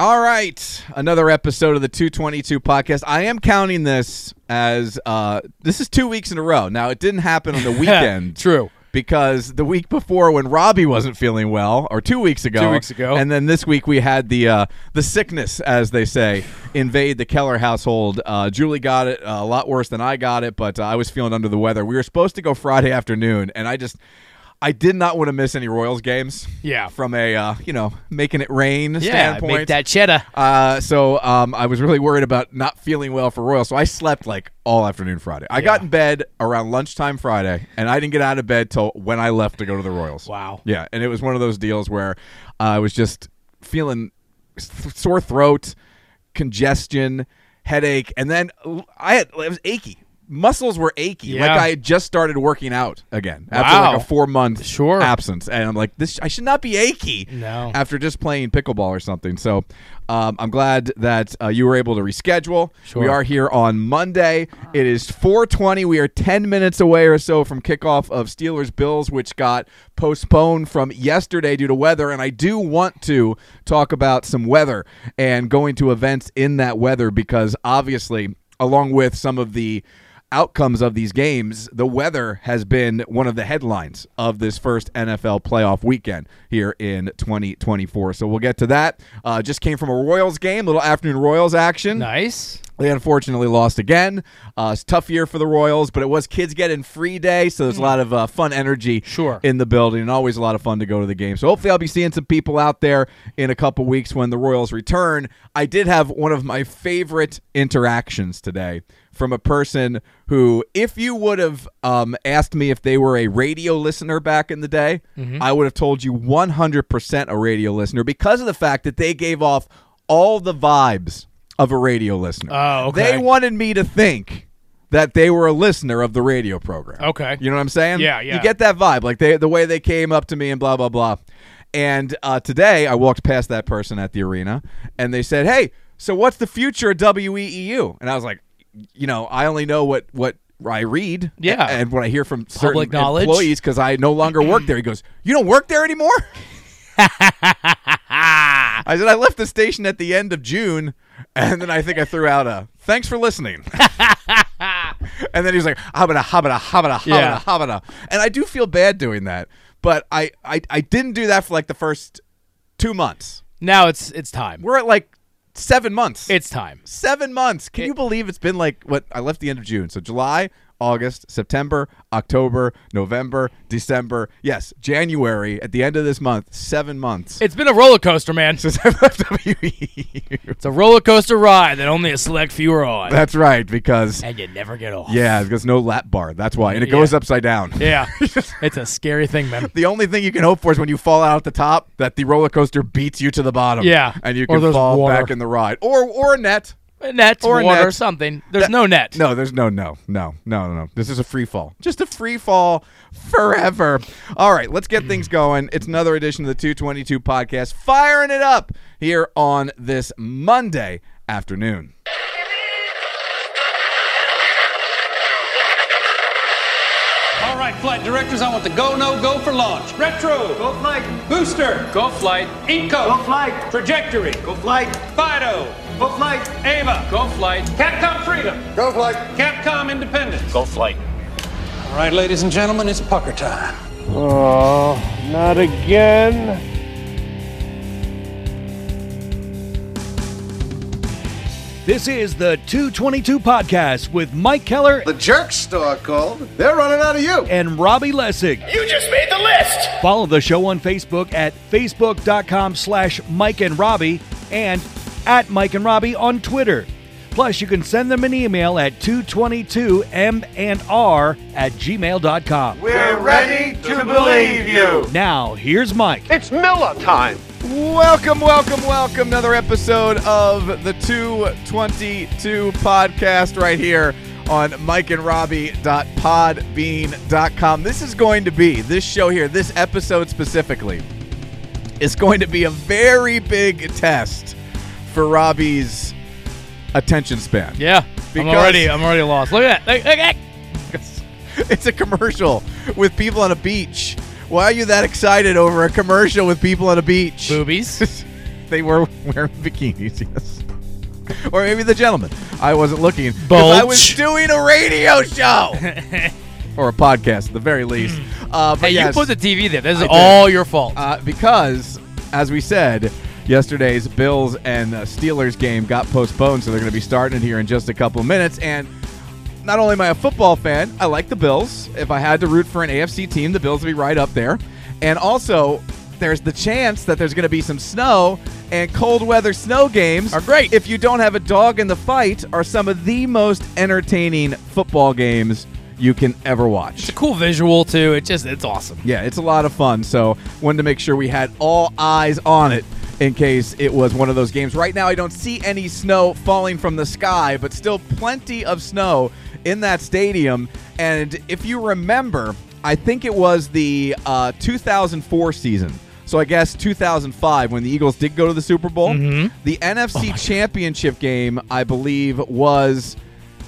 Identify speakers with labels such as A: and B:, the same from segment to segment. A: All right, another episode of the 222 podcast. I am counting this as uh, this is two weeks in a row. Now it didn't happen on the weekend,
B: True.
A: because the week before when Robbie wasn't feeling well, or two weeks ago,
B: Two weeks ago.
A: and then this week we had the uh, the sickness, as they say, invade the Keller household. Uh, Julie got it uh, a lot worse than I got it, but uh, I was feeling under the weather. We were supposed to go Friday afternoon, and I just. I did not want to miss any Royals games.
B: Yeah.
A: From a, uh, you know, making it rain
B: Yeah,
A: standpoint.
B: make that cheddar.
A: Uh, so um, I was really worried about not feeling well for Royal, so I slept like all afternoon Friday. I got in bed around lunchtime Friday, and I didn't get out of bed till when I left to go to the Royals.
B: Wow.
A: Yeah, and it was one of those deals where uh, I was just feeling s- sore throat, congestion, headache, and then I had it was achy. Muscles were achy,
B: Yeah.
A: like I had just started working out again after
B: Wow.
A: like a four month
B: Sure.
A: absence, and I'm like, this I should not be achy
B: No.
A: after just playing pickleball or something. So um, I'm glad that uh, you were able to reschedule.
B: Sure.
A: We are here on Monday. It is 4:20. We are 10 minutes away or so from kickoff of Steelers Bills, which got postponed from yesterday due to weather. And I do want to talk about some weather and going to events in that weather because obviously, along with some of the outcomes of these games, the weather has been one of the headlines of this first NFL playoff weekend here in 2024. So we'll get to that. Uh, just came from a Royals game, little afternoon Royals action.
B: Nice.
A: They unfortunately lost again. Uh, it's a tough year for the Royals, but it was kids getting free day, so there's a lot of uh, fun energy
B: Sure.
A: in the building, and always a lot of fun to go to the game. So hopefully, I'll be seeing some people out there in a couple weeks when the Royals return. I did have one of my favorite interactions today from a person who, if you would have um, asked me if they were a radio listener back in the day, I would have told you 100% a radio listener because of the fact that they gave off all the vibes of a radio listener.
B: Oh, okay.
A: They wanted me to think that they were a listener of the radio program.
B: Okay.
A: You know what I'm saying?
B: Yeah, yeah.
A: You get that vibe, like they the way they came up to me and blah blah blah. And uh, today I walked past that person at the arena, and they said, "Hey, so what's the future of WEEU?" And I was like, "You know, I only know what what." I read,
B: Yeah.
A: a- and what I hear from certain
B: Public knowledge.
A: employees because I no longer work there. He goes, "You don't work there anymore." I said I left the station at the end of June, and then I think I threw out a "Thanks for listening." And then he was like, habada, habada, habada, habada,
B: Yeah.
A: habada. And I do feel bad doing that, but I, I, I didn't do that for like the first two months.
B: Now it's it's time.
A: We're at like seven months.
B: It's time.
A: seven months. Can you believe it's been like what? I left the end of June. So July, August, September, October, November, December. Yes, January at the end of this month, seven months.
B: It's been a roller coaster, man.
A: since I left WE.
B: It's a roller coaster ride that only a select few are on,
A: That's right, because.
B: and you never get off.
A: Yeah, because no lap bar. That's why. And it goes upside down.
B: Yeah. it's a scary thing, man.
A: the only thing you can hope for is when you fall out at the top that the roller coaster beats you to the bottom.
B: Yeah.
A: and you
B: Or
A: can
B: there's
A: fall
B: water.
A: back in the ride, or or a net.
B: A net,
A: Or a
B: water,
A: net.
B: something. There's no net.
A: No, there's no, no, no, no, no, no. This is a free fall. Just a free fall forever. All right, let's get things going. It's another edition of the 222 podcast, firing it up here on this Monday afternoon.
C: All right, flight directors, I want the go, no, go for launch. Retro. Go flight. Booster. Go flight. Inco. Go flight. Trajectory. Go flight. Fido. Go flight. Ava. Go flight. Capcom Freedom. Go flight. Capcom Independence. Go flight. All right, ladies and gentlemen, it's pucker time.
D: Not again.
E: This is the 222 Podcast with Mike Keller
F: The jerk store called. They're running out of you.
E: and Robbie Lessig.
G: You just made the list!
E: Follow the show on Facebook at facebook.com slash Mike and Robbie and at Mike and Robbie on Twitter. Plus, you can send them an email at 222m&r at gmail.com.
F: We're ready to believe you.
E: Now, here's Mike.
F: It's Miller time.
A: Welcome, welcome, welcome. Another episode of the 222 podcast right here on mikeandrobbie.podbean.com. This is going to be, this show here, this episode specifically, is going to be a very big test for Robbie's attention span.
B: Yeah. I'm
A: Because-
B: already I'm already lost. Look at that. Look, look, look.
A: It's a commercial with people on a beach. Why are you that excited over a commercial with people on a beach?
B: Boobies.
A: they were wearing bikinis, yes. Or maybe the gentleman. I wasn't looking. 'cause I was
B: Bulge.
A: doing a radio show. or a podcast, at the very least. Uh, but
B: Hmm. Hey,
A: yes,
B: you put the TV there. This is
A: I did.
B: all your fault.
A: uh, because, as we said, yesterday's Bills and uh, Steelers game got postponed, so they're going to be starting it here in just a couple minutes. And not only am I a football fan, I like the Bills. If I had to root for an AFC team, the Bills would be right up there. And also, there's the chance that there's going to be some snow, and cold weather snow games
B: Are great.
A: If you don't have a dog in the fight, are some of the most entertaining football games you can ever watch.
B: it's a cool visual too. It just it's awesome.
A: Yeah, it's a lot of fun. So wanted to make sure we had all eyes on it in case it was one of those games. Right now, I don't see any snow falling from the sky, but still plenty of snow in that stadium. And if you remember, I think it was the uh, 2004 season. So I guess 2005, when the Eagles did go to the Super Bowl, the NFC Championship game, I believe, was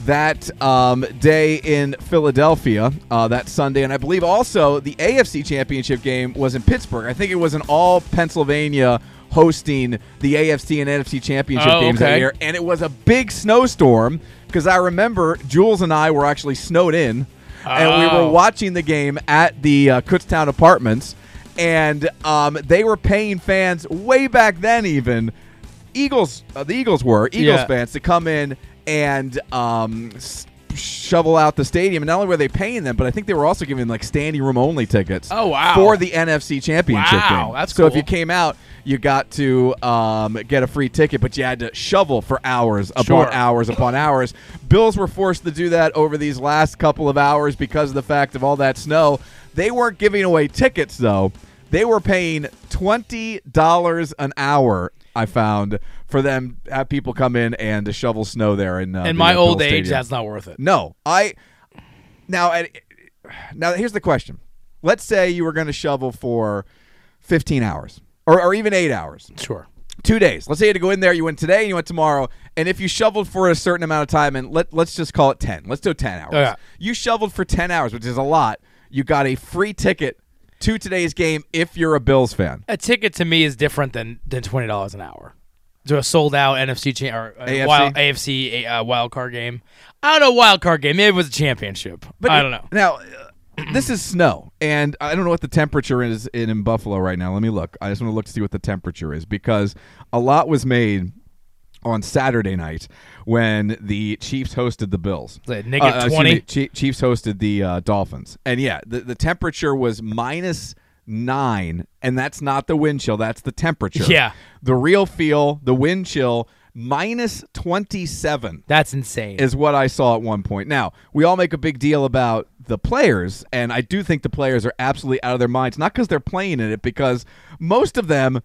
A: that um, day in Philadelphia uh, that Sunday, and I believe also the AFC Championship game was in Pittsburgh. I think it was in all Pennsylvania hosting the AFC and NFC Championship
B: Oh,
A: games that
B: okay.
A: year, and it was a big snowstorm because I remember Jules and I were actually snowed in, and we were
B: Oh.
A: watching the game at the uh, Kutztown Apartments, and um, they were paying fans way back then even. Eagles, uh, the Eagles were Eagles
B: Yeah.
A: fans to come in and um, s- shovel out the stadium. And not only were they paying them, but I think they were also giving like standing room only tickets.
B: Oh, wow.
A: For the NFC Championship
B: Wow,
A: game.
B: that's
A: so. If
B: cool.
A: you came out, you got to um, get a free ticket, but you had to shovel for hours upon
B: Sure.
A: hours upon hours. Bills were forced to do that over these last couple of hours because of the fact of all that snow. They weren't giving away tickets though. They were paying twenty dollars an hour. I found for them have people come in and to shovel snow there in uh,
B: In
A: the
B: my
A: Bill
B: old age,
A: Stadium.
B: that's not worth it.
A: No, I now I, now here's the question. Let's say you were going to shovel for 15 hours or, or even 8 hours.
B: Sure.
A: Two days. Let's say you had to go in there, you went today and you went tomorrow, and if you shoveled for a certain amount of time and let let's just call it 10. Let's do 10 hours.
B: Yeah.
A: You shoveled for 10 hours, which is a lot. You got a free ticket to today's game if you're a Bills fan.
B: A ticket to me is different than than twenty dollars an hour to a sold out NFC cha- or uh,
A: AFC?
B: wild AFC uh, wild card game. I don't know wild card game. Maybe it was a championship. But I don't know.
A: Now, uh, this is snow, and I don't know what the temperature is in, in Buffalo right now. Let me look. I just want to look to see what the temperature is because a lot was made on Saturday night when the Chiefs hosted the Bills. Uh,
B: It's like negative
A: excuse
B: 20?
A: me, Chie- Chiefs hosted the uh, Dolphins, and yeah, the, the temperature was minus nine, and that's not the wind chill. That's the temperature.
B: Yeah.
A: the real feel, the wind chill, minus twenty seven
B: That's insane.
A: is what I saw at one point. Now, we all make a big deal about the players, and I do think the players are absolutely out of their minds, not because they're playing in it, because most of them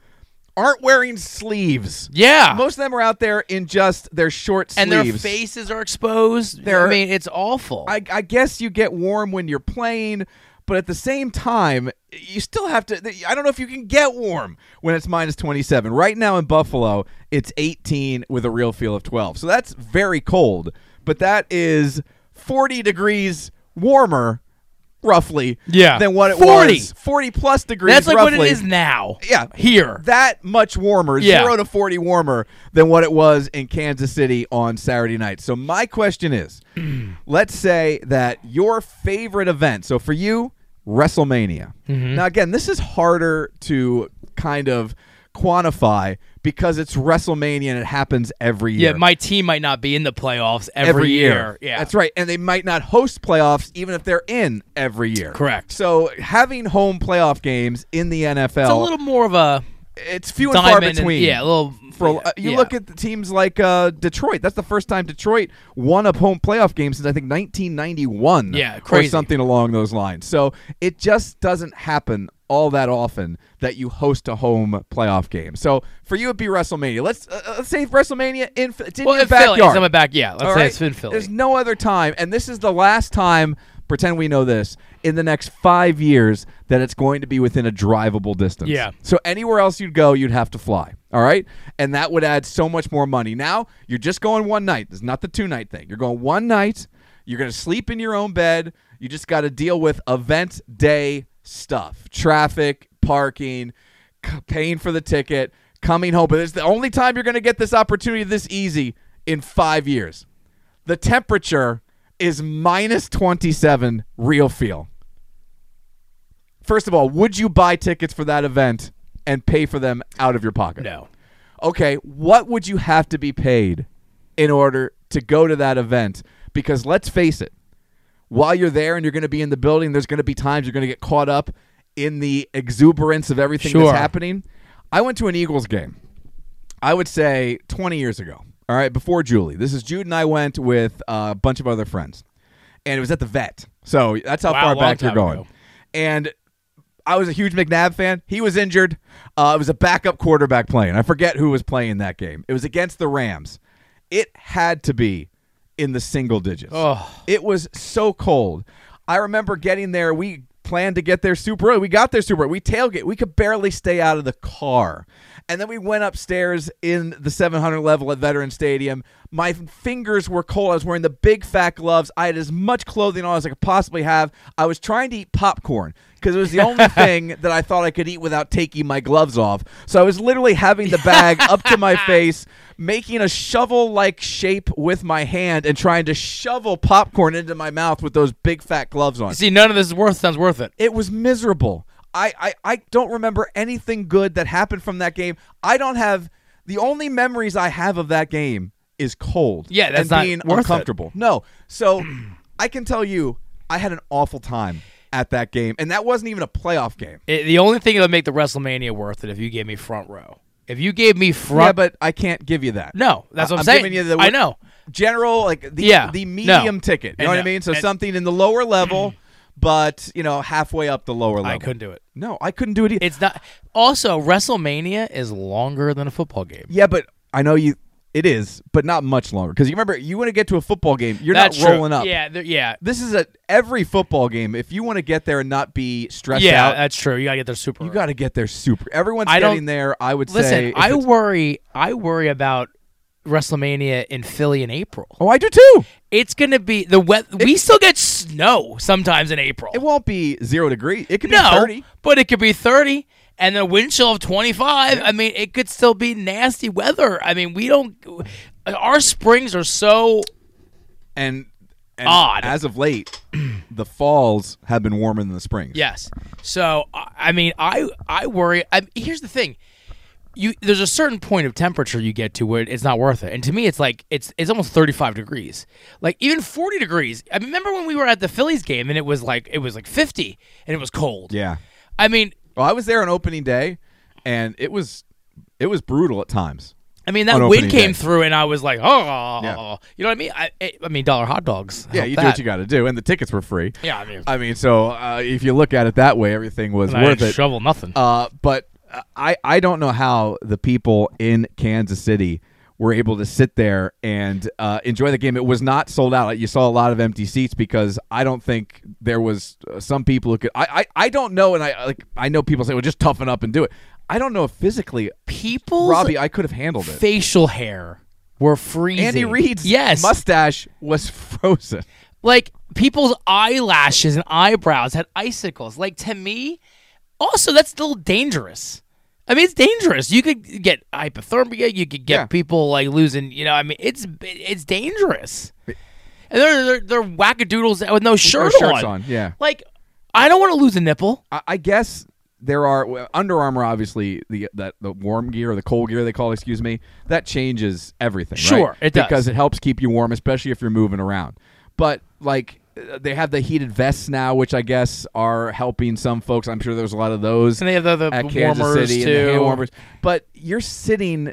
A: aren't wearing sleeves.
B: Yeah.
A: Most of them are out there in just their short
B: and
A: sleeves.
B: their faces are exposed.
A: They're-
B: I mean, it's awful.
A: I, I guess you get warm when you're playing, but at the same time, you still have to. I don't know if you can get warm when it's minus 27. Right now in Buffalo, it's 18 with a real feel of 12. So that's very cold, but that is 40 degrees warmer, roughly,
B: Yeah.
A: than what it
B: 40.
A: was. 40 plus degrees.
B: That's like what
A: roughly.
B: it is now.
A: Yeah,
B: Here.
A: that much warmer,
B: Yeah.
A: zero to forty warmer than what it was in Kansas City on Saturday night. So my question is, let's say that your favorite event. So for you, WrestleMania.
B: Mm-hmm.
A: Now again, this is harder to kind of quantify because it's WrestleMania and it happens every year
B: yeah, my team might not be in the playoffs every, Yeah.
A: that's right. And they might not host playoffs even if they're in every year.
B: Correct.
A: So having home playoff games in the NFL
B: It's a little more of a
A: it's few and far
B: diamond. and-
A: between.
B: yeah, a little.
A: For a- uh, you
B: yeah.
A: look at the teams like uh, Detroit. That's the first time Detroit won a home playoff game since I think 1991.
B: Yeah,
A: or
B: crazy.
A: something along those lines. So it just doesn't happen all that often that you host a home playoff game. So for you, it'd be WrestleMania. Let's uh, uh, let's say WrestleMania in it's in
B: well,
A: your
B: in
A: backyard.
B: Philly. It's in my back. Yeah, let's
A: All
B: say
A: right?
B: it's in Philly.
A: There's no other time, and this is the last time. Pretend we know this. In the next five years, that it's going to be within a drivable distance.
B: Yeah.
A: So anywhere else you'd go, you'd have to fly. All right, and that would add so much more money. Now you're just going one night. It's not the two night thing. You're going one night. You're going to sleep in your own bed. You just got to deal with event day stuff, traffic, parking, c- paying for the ticket. coming home. But it's the only time you're going to get this opportunity this easy in five years. The temperature is minus 27 real feel. First of all, would you buy tickets for that event and pay for them out of your pocket?
B: No.
A: okay, what would you have to be paid in order to go to that event? Because let's face it, while you're there and you're going to be in the building, there's going to be times you're going to get caught up in the exuberance of everything
B: Sure.
A: that's happening. I went to an Eagles game, I would say 20 years ago, all right, before Julie. This is Jude and I went with uh, a bunch of other friends, and it was at the vet. So that's how
B: Wow,
A: far
B: long
A: back you're
B: time ago.
A: going. And I was a huge McNabb fan. He was injured. Uh, it was a backup quarterback playing. I forget who was playing that game. It was against the Rams. It had to be in the single digits.
B: Ugh.
A: It was so cold. I remember getting there. We planned to get there super early. We got there super early. We tailgate. We could barely stay out of the car. And then we went upstairs in the 700 level at Veteran Stadium. My fingers were cold. I was wearing the big fat gloves. I had as much clothing on as I could possibly have. I was trying to eat popcorn because it was the only thing that I thought I could eat without taking my gloves off. So I was literally having the bag up to my face, making a shovel like shape with my hand and trying to shovel popcorn into my mouth with those big fat gloves on.
B: See, none of this is worth sounds worth it.
A: It was miserable. I, I, I don't remember anything good that happened from that game. I don't have the only memories I have of that game is cold.
B: Yeah, that's
A: and
B: not
A: being
B: worth it.
A: uncomfortable. No. So I can tell you I had an awful time at that game. And that wasn't even a playoff game.
B: It- The only thing that would make the WrestleMania worth it if you gave me front row. If you gave me front,
A: yeah, but I can't give you that.
B: no, that's what I'm,
A: I'm
B: saying.
A: giving you the-
B: I know.
A: General, like the
B: Yeah,
A: the
B: no.
A: medium ticket. You know
B: And
A: what I
B: no.
A: mean? So
B: And-
A: something in the lower level, but you know, halfway up the lower level.
B: I couldn't do it.
A: No, I couldn't do it either.
B: It's not. Also, WrestleMania is longer than a football game.
A: Yeah, but I know you. It is, but not much longer. Because you remember, you want to get to a football game, you're
B: That's
A: not
B: true.
A: rolling up.
B: Yeah, there- yeah,
A: This is a every football game. If you want to get there and not be stressed
B: yeah.
A: out,
B: That's true. You gotta get their super.
A: you got to get there super. Everyone's
B: I don't-
A: getting there. I would say.
B: Listen,
A: if
B: I
A: it's-
B: worry. I worry about WrestleMania in Philly in April.
A: oh, I do too.
B: It's gonna be the weather. We still get snow sometimes in April.
A: It won't be zero degrees. It could
B: no,
A: be thirty.
B: but it could be thirty, and a wind chill of twenty-five. I mean, it could still be nasty weather. I mean, we don't. Our springs are so
A: And, and
B: Odd.
A: as of late, the falls have been warmer than the springs.
B: Yes. So I I mean, I I worry. I, here's the thing. You, there's a certain point of temperature you get to where it's not worth it, and to me, it's like it's it's almost 35 degrees, like even 40 degrees. I remember when we were at the Phillies game and it was like it was like 50 and it was cold.
A: Yeah.
B: I mean,
A: Well, I was there on opening day, and it was it was brutal at times.
B: I mean that
A: On
B: wind
A: opening
B: came
A: day.
B: through and I was like, oh,
A: Yeah.
B: you know what I mean? I, I- I mean, dollar hot dogs.
A: Yeah,
B: How
A: you do
B: about
A: what you got to do, and the tickets were free.
B: Yeah, I mean-
A: I mean, so uh, if you look at it that way, everything was
B: that? I
A: worth
B: didn't
A: it.
B: Shovel nothing.
A: Uh, but uh, I I don't know how the people in Kansas City were able to sit there and uh, enjoy the game. It was not sold out. You saw a lot of empty seats because I don't think there was uh, some people who could. I I, I don't know, and I like I know people say, well, just toughen up and do it. I don't know if physically,
B: People's
A: Robbie, I could have handled it.
B: facial hair were freezing.
A: Andy Reid's
B: yes
A: mustache was frozen.
B: Like people's eyelashes and eyebrows had icicles. Like to me, also that's still dangerous. I mean, it's dangerous. You could get hypothermia. You could get
A: Yeah.
B: people like losing. You know, I mean, it's it's dangerous. And they're they're, they're wackadoodles with no shirt
A: shirts on, yeah.
B: Like I don't want to lose a nipple.
A: I, I guess there are well, Under Armour, obviously the that the warm gear or the cold gear they call, it, excuse me, that changes everything.
B: Sure,
A: right?
B: it does.
A: because it helps keep you warm, especially if you're moving around. But like uh, they have the heated vests now, which I guess are helping some folks. I'm sure there's a lot of those
B: And they have the- the
A: at Kansas
B: warmers,
A: City and the hand
B: too.
A: warmers. But you're sitting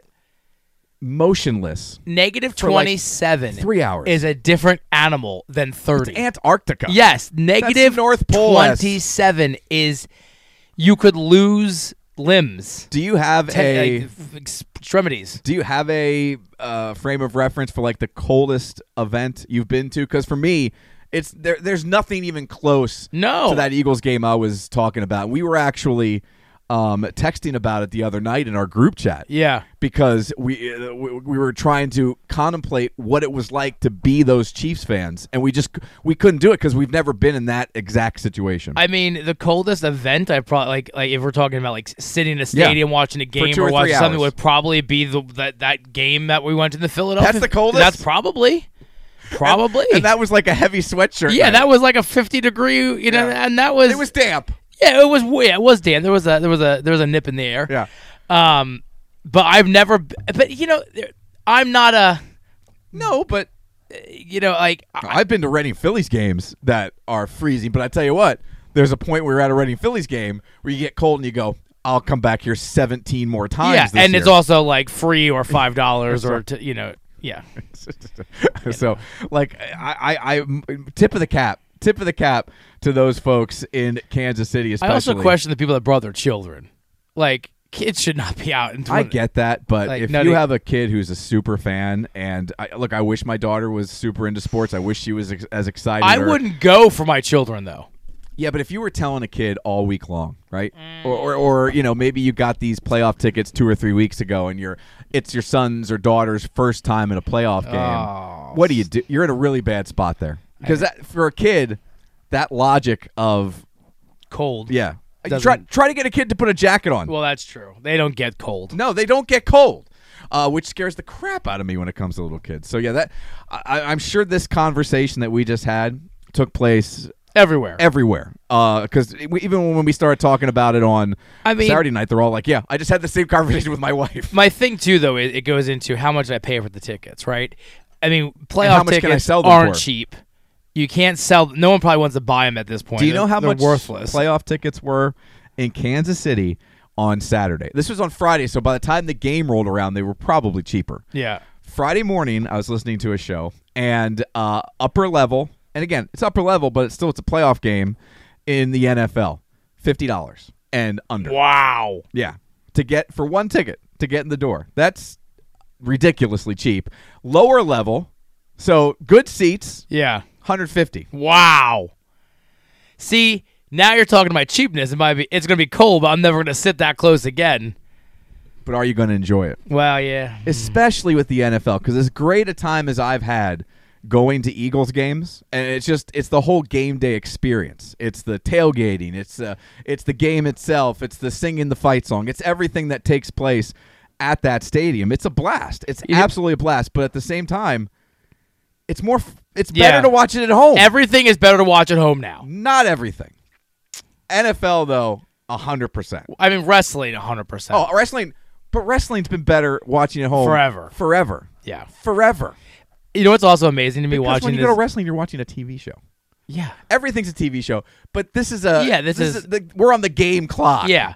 A: motionless.
B: Negative
A: For, like,
B: twenty seven.
A: three hours.
B: is a different animal than thirty.
A: Antarctica.
B: Yes, negative
A: North Pole S.
B: 27 is you could lose limbs,
A: Do you have a
B: ten, like, ex- extremities.
A: Do you have a uh, frame of reference for like the coldest event you've been to? Because for me, it's there. There's nothing even close.
B: No.
A: to that Eagles game I was talking about. We were actually um, texting about it the other night in our group chat.
B: Yeah.
A: because we, uh, we we were trying to contemplate what it was like to be those Chiefs fans, and we just we couldn't do it because we've never been in that exact situation.
B: I mean, the coldest event I probably like, like if we're talking about like s- sitting in a stadium watching a game
A: two or
B: or
A: three
B: watching something,
A: hours.
B: would probably be the that, that game that we went to the Philadelphia.
A: That's the coldest?
B: That's probably, probably.
A: and that was like a heavy sweatshirt.
B: yeah,
A: night.
B: that was like a fifty degree, you know, and that was
A: it was damp.
B: yeah, it was yeah, it was damn. There was a there was a there was a nip in the air.
A: Yeah.
B: Um, but I've never, b- but you know, there- I'm not a,
A: No, but
B: you know, like uh,
A: I've been to Reading Phillies games that are freezing, but I tell you what, there's a point where you're at a Reading Phillies game where you get cold and you go, I'll come back here 17 more times.
B: yeah,
A: this
B: and it's
A: year."
B: also like free or five dollars or t- you know, yeah.
A: so, like, I, I, I, tip of the cap, tip of the cap to those folks in Kansas City, especially.
B: I also question the people that brought their children. Like kids should not be out. In
A: I
B: twen-
A: get that, but
B: Like,
A: if
B: no,
A: you
B: they-
A: have a kid who's a super fan, and I, look, I wish my daughter was super into sports. I wish she was ex- as excited.
B: I
A: or-
B: wouldn't go for my children though.
A: Yeah, but if you were telling a kid all week long, right?
B: Mm.
A: Or, or, or you know, maybe you got these playoff tickets two or three weeks ago, and you're it's your son's or daughter's first time in a playoff game.
B: Oh.
A: What do you do? You're in a really bad spot there because for a kid, that logic of
B: Cold.
A: yeah, You try
B: Doesn't-
A: try to get a kid to put a jacket on.
B: Well, that's true. They don't get cold.
A: No, they don't get cold, uh, which scares the crap out of me when it comes to little kids. So yeah, that I, I'm sure this conversation that we just had took place
B: Everywhere.
A: everywhere. Because even when we started talking about it on
B: I mean-
A: Saturday night, they're all like, "Yeah, I just had the same conversation with my wife.
B: my thing too though it, it goes into how much I pay for the tickets, right? I mean, playoff
A: how much
B: tickets
A: can I sell them
B: aren't
A: for?
B: cheap. You can't sell. No one probably wants to buy them at this point.
A: Do you know
B: They're-
A: how
B: they're
A: much
B: worthless?
A: playoff tickets were in Kansas City on Saturday? This was on Friday, so by the time the game rolled around, they were probably cheaper.
B: yeah,
A: Friday morning, I was listening to a show, and uh, upper level, and again, it's upper level, but it's still it's a playoff game in the NFL, fifty dollars and under.
B: wow.
A: Yeah, to get for one ticket to get in the door. That's ridiculously cheap. Lower level, so good seats,
B: Yeah,
A: hundred fifty.
B: wow. See, now you're talking about cheapness. It might be. It's gonna be cold, but I'm never gonna sit that close again.
A: But are you going to enjoy it?
B: Well, yeah.
A: especially with the NFL, because as great a time as I've had going to Eagles games, and it's just it's the whole game day experience. It's the tailgating, it's the it's the game itself, it's the singing the fight song, it's everything that takes place at that stadium. It's a blast. It's absolutely a blast. But at the same time, it's more. f- It's
B: Yeah.
A: better to watch it at home.
B: Everything is better to watch at home now.
A: Not everything. NFL though, hundred percent.
B: I mean, wrestling, 100%.
A: Oh, wrestling. But wrestling's been better watching at home
B: Forever.
A: Forever.
B: Yeah.
A: Forever.
B: You know what's also amazing to me
A: Because
B: watching
A: when you
B: this?
A: go to wrestling, you're watching a TV show.
B: yeah.
A: Everything's a TV show, but this is a
B: Yeah, this is-
A: the, we're on the game clock.
B: Yeah.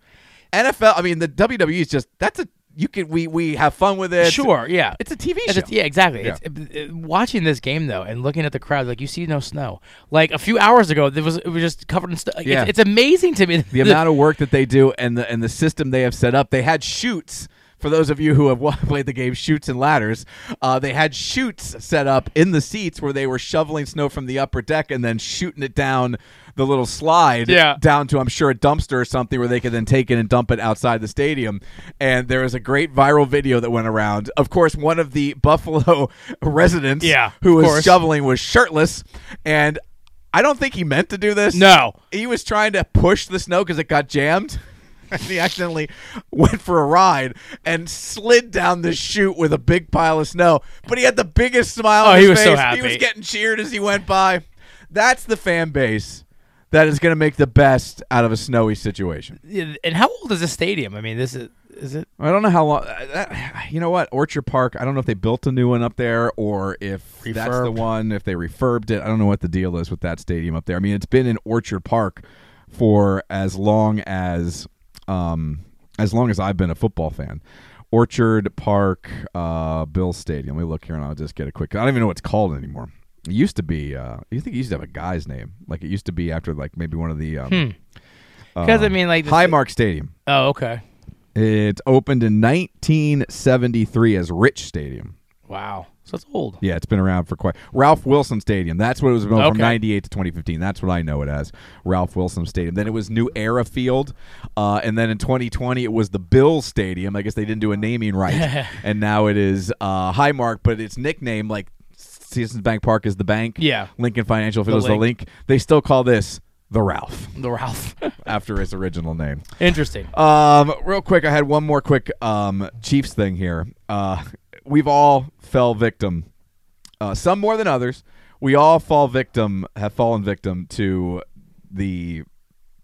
A: NFL. I mean, the WWE is just that's a you can we we have fun with it.
B: sure. Yeah.
A: it's a TV
B: It's
A: show.
B: a- yeah, exactly.
A: Yeah.
B: It's, it- it- watching this game though, and looking at the crowd, like you see no snow. Like a few hours ago, there was it was just covered in snow. Like,
A: Yeah.
B: it's, it's amazing to me.
A: The amount of work that they do and the and the system they have set up. They had shoots. For those of you who have wa- played the game Shoots and Ladders, uh, they had shoots set up in the seats where they were shoveling snow from the upper deck and then shooting it down the little slide
B: Yeah.
A: down to, I'm sure, a dumpster or something where they could then take it and dump it outside the stadium. And there was a great viral video that went around. Of course, one of the Buffalo residents
B: Yeah,
A: who
B: of
A: was
B: course.
A: shoveling was shirtless. And I don't think he meant to do this
B: No.
A: he was trying to push the snow because it got jammed. And he accidentally went for a ride and slid down the chute with a big pile of snow. But he had the biggest smile.
B: Oh,
A: on
B: he
A: his
B: was so
A: face.
B: happy.
A: He was getting cheered as he went by. That's the fan base that is going to make the best out of a snowy situation.
B: of and how old is this stadium? I mean, this is is it?
A: I don't know how long. uh, That, you know what? Orchard Park. I don't know if they built a new one up there or if that's the
B: Refurbed.
A: one. If they refurbed it, I don't know what the deal is with that stadium up there. I mean, it's been in Orchard Park for as long as um, as long as I've been a football fan. Orchard Park, uh, Bill Stadium. Let me look here, and I'll just get a quick. I don't even know what it's called anymore. It used to be. Uh, you think it used to have a guy's name? Like it used to be after like maybe one of the um,
B: Because I mean, like this-
A: Highmark Stadium.
B: Oh, okay.
A: It opened in 1973 as Rich Stadium.
B: Wow. So it's old.
A: Yeah, it's been around for quite. Ralph Wilson Stadium. That's what it was about from
B: Okay.
A: 98 to 2015. That's what I know it as. Ralph Wilson Stadium. Then it was New Era Field. Uh, and then in 2020, it was the Bill Stadium. I guess they didn't do a naming right. and now it is uh, Highmark, but its nickname, like Citizens Bank Park is the bank.
B: Yeah.
A: Lincoln Financial Field is the
B: Link.
A: link. They still call this the Ralph
B: The Ralph.
A: after its original name.
B: Interesting.
A: Um, real quick, I had one more quick um, Chiefs thing here. Uh, we've all fell victim, uh, some more than others. We all fall victim, have fallen victim to the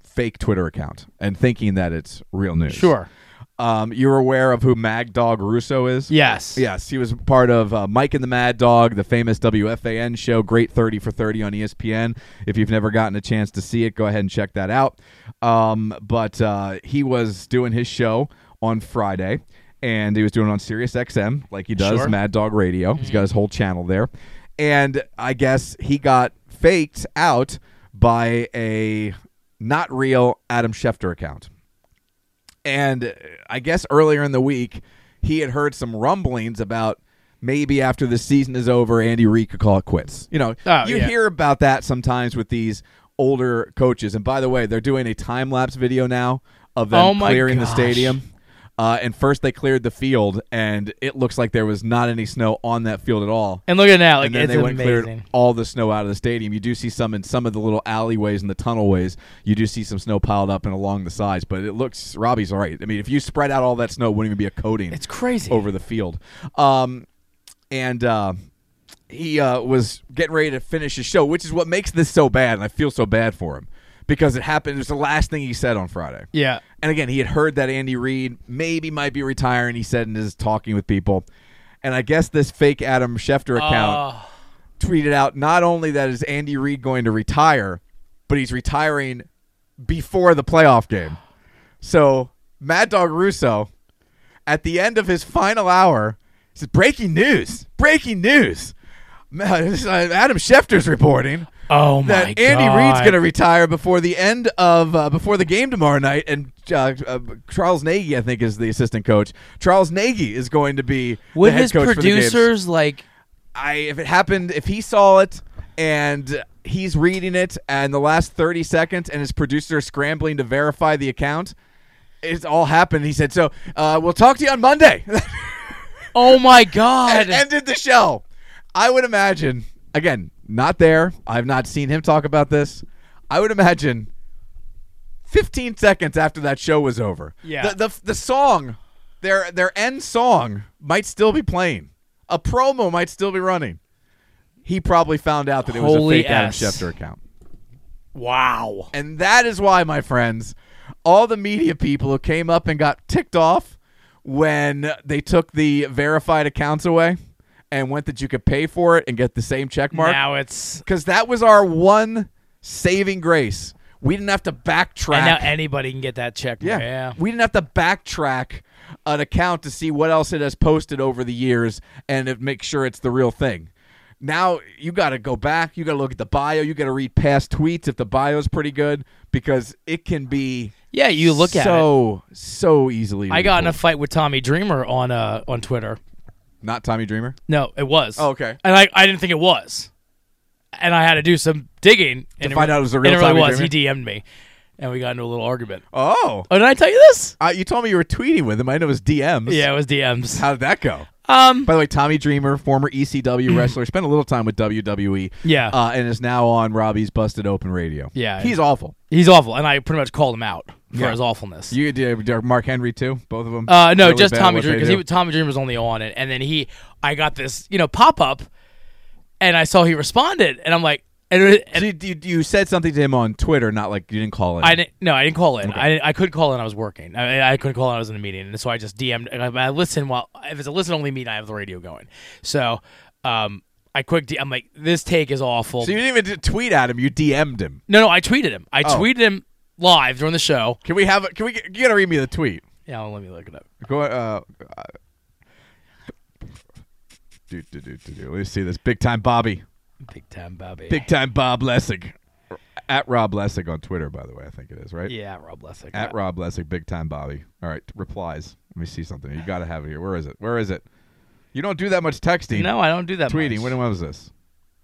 A: fake Twitter account and thinking that it's real news.
B: Sure.
A: Um, you're aware of who Mag Dog Russo is?
B: Yes.
A: Yes, he was part of uh, Mike and the Mad Dog, the famous WFAN show, Great 30 for 30 on E ESPN. If you've never gotten a chance to see it, go ahead and check that out. Um, but uh, he was doing his show on Friday, and he was doing it on Sirius XM, like he does,
B: Sure. Mm-hmm.
A: Mad Dog Radio. He's got his whole channel there. And I guess he got faked out by a not real Adam Schefter account. And uh, I guess earlier in the week, he had heard some rumblings about maybe after the season is over, Andy Reid could call it quits. You know,
B: Oh,
A: you
B: yeah.
A: hear about that sometimes with these older coaches. And by the way, they're doing a time lapse video now of them
B: Oh, my
A: clearing the
B: gosh.
A: stadium. Uh, and first they cleared the field, and it looks like there was not any snow on that field at all
B: And look at it now. Like,
A: and then
B: it's
A: they went and
B: amazing.
A: cleared all the snow out of the stadium. You do see some in some of the little alleyways and the tunnelways. You do see some snow piled up and along the sides, but it looks Robbie's all right. I mean, if you spread out all that snow, it wouldn't even be a coating.
B: It's crazy.
A: over the field. Um, and uh, he uh, was getting ready to finish his show, which is what makes this so bad. And I feel so bad for him because it happened. It was the last thing he said on Friday.
B: Yeah.
A: And again, he had heard that Andy Reid maybe might be retiring. He said in his talking with people. And I guess this fake Adam Schefter account tweeted out not only that is Andy Reid going to retire, but he's retiring before the playoff game. So Mad Dog Russo, at the end of his final hour, says, "Breaking news! Breaking news! uh, Adam Schefter's reporting."
B: Oh my
A: that
B: god.
A: Andy Reid's going to retire before the end of uh, before the game tomorrow night, and uh, uh, Charles Nagy, I think, is the assistant coach. Charles Nagy is going to be
B: Would
A: the head
B: his
A: coach for the games.
B: producers like
A: I if it happened, if he saw it and he's reading it, and the last thirty seconds, and his producer is scrambling to verify the account. It's all happened. He said, "So uh, we'll talk to you on Monday."
B: Oh my god.
A: and ended the show. I would imagine, again, not there. I've not seen him talk about this. I would imagine 15 seconds after that show was over.
B: Yeah.
A: The, the, the song, their, their end song, might still be playing. A promo might still be running. He probably found out that it was
B: Holy
A: a fake Adam
B: S.
A: Schefter account.
B: wow.
A: And that is why, my friends, all the media people who came up and got ticked off when they took the verified accounts away and went that you could pay for it and get the same check mark.
B: Now it's
A: Because that was our one saving grace. We didn't have to backtrack.
B: and now anybody can get that check.
A: yeah.
B: yeah.
A: We didn't have to backtrack an account to see what else it has posted over the years and it- make sure it's the real thing. Now you got to go back. You got to look at the bio. You got to read past tweets if the bio's pretty good because it can be
B: Yeah, you look at it.
A: so so easily.
B: I got in a
A: enough.
B: fight with Tommy Dreamer on uh on Twitter.
A: Not Tommy Dreamer.
B: No, it was.
A: Oh, okay.
B: And I, I didn't think it was. And I had to do some digging and
A: find out it was the real
B: and it really
A: Tommy
B: was.
A: Dreamer?
B: He DM'd me. And we got into a little argument.
A: Oh,
B: Oh, did I tell you this?
A: uh, you told me you were tweeting with him. I know it was DMs.
B: Yeah, it was DMs.
A: How did that go?
B: Um
A: By the way, Tommy Dreamer, former ECW wrestler, spent a little time with WWE.
B: Yeah.
A: Uh, and is now on Robbie's Busted Open Radio.
B: Yeah.
A: He's awful.
B: he's awful. And I pretty much called him out for
A: Yeah.
B: his awfulness.
A: You did uh, Mark Henry too, both of them.
B: Uh, no,
A: Really
B: just
A: bad at
B: Tommy
A: what
B: Dreamer
A: they
B: because
A: do.
B: he Tommy Dreamer was only on it, and then he, I got this, you know, pop up, and I saw he responded, and I'm like, and, it- and
A: So you, you, you said something to him on Twitter, not like you didn't call it.
B: I didn't, no, I didn't call in. I didn't, I could call in. I was working. I, I couldn't call in. I was in a meeting, and so I just DM'd. And I, I listen while if it's a listen only meeting, I have the radio going. So, um, I quick, D, I'm like, this take is awful.
A: So you didn't even tweet at him. You DM'd him.
B: no, no, I tweeted him. I
A: Oh.
B: tweeted him live during the show.
A: Can we have? A, can we? get- You gotta read me the tweet.
B: Yeah, let me look it up.
A: Go. Uh, uh, do, do, do, do, do. Let's see this big time Bobby,
B: Big time, Bobby.
A: big time Bob Lessig, at Rob Lessig on Twitter. By the way, I think it is right.
B: yeah, Rob Lessig.
A: At Rob Lessig, big time Bobby. All right, replies. Let me see something. You got to have it here. Where is it? Where is it? You don't do that much texting.
B: No, I don't do that.
A: Tweeting.
B: much.
A: When was this?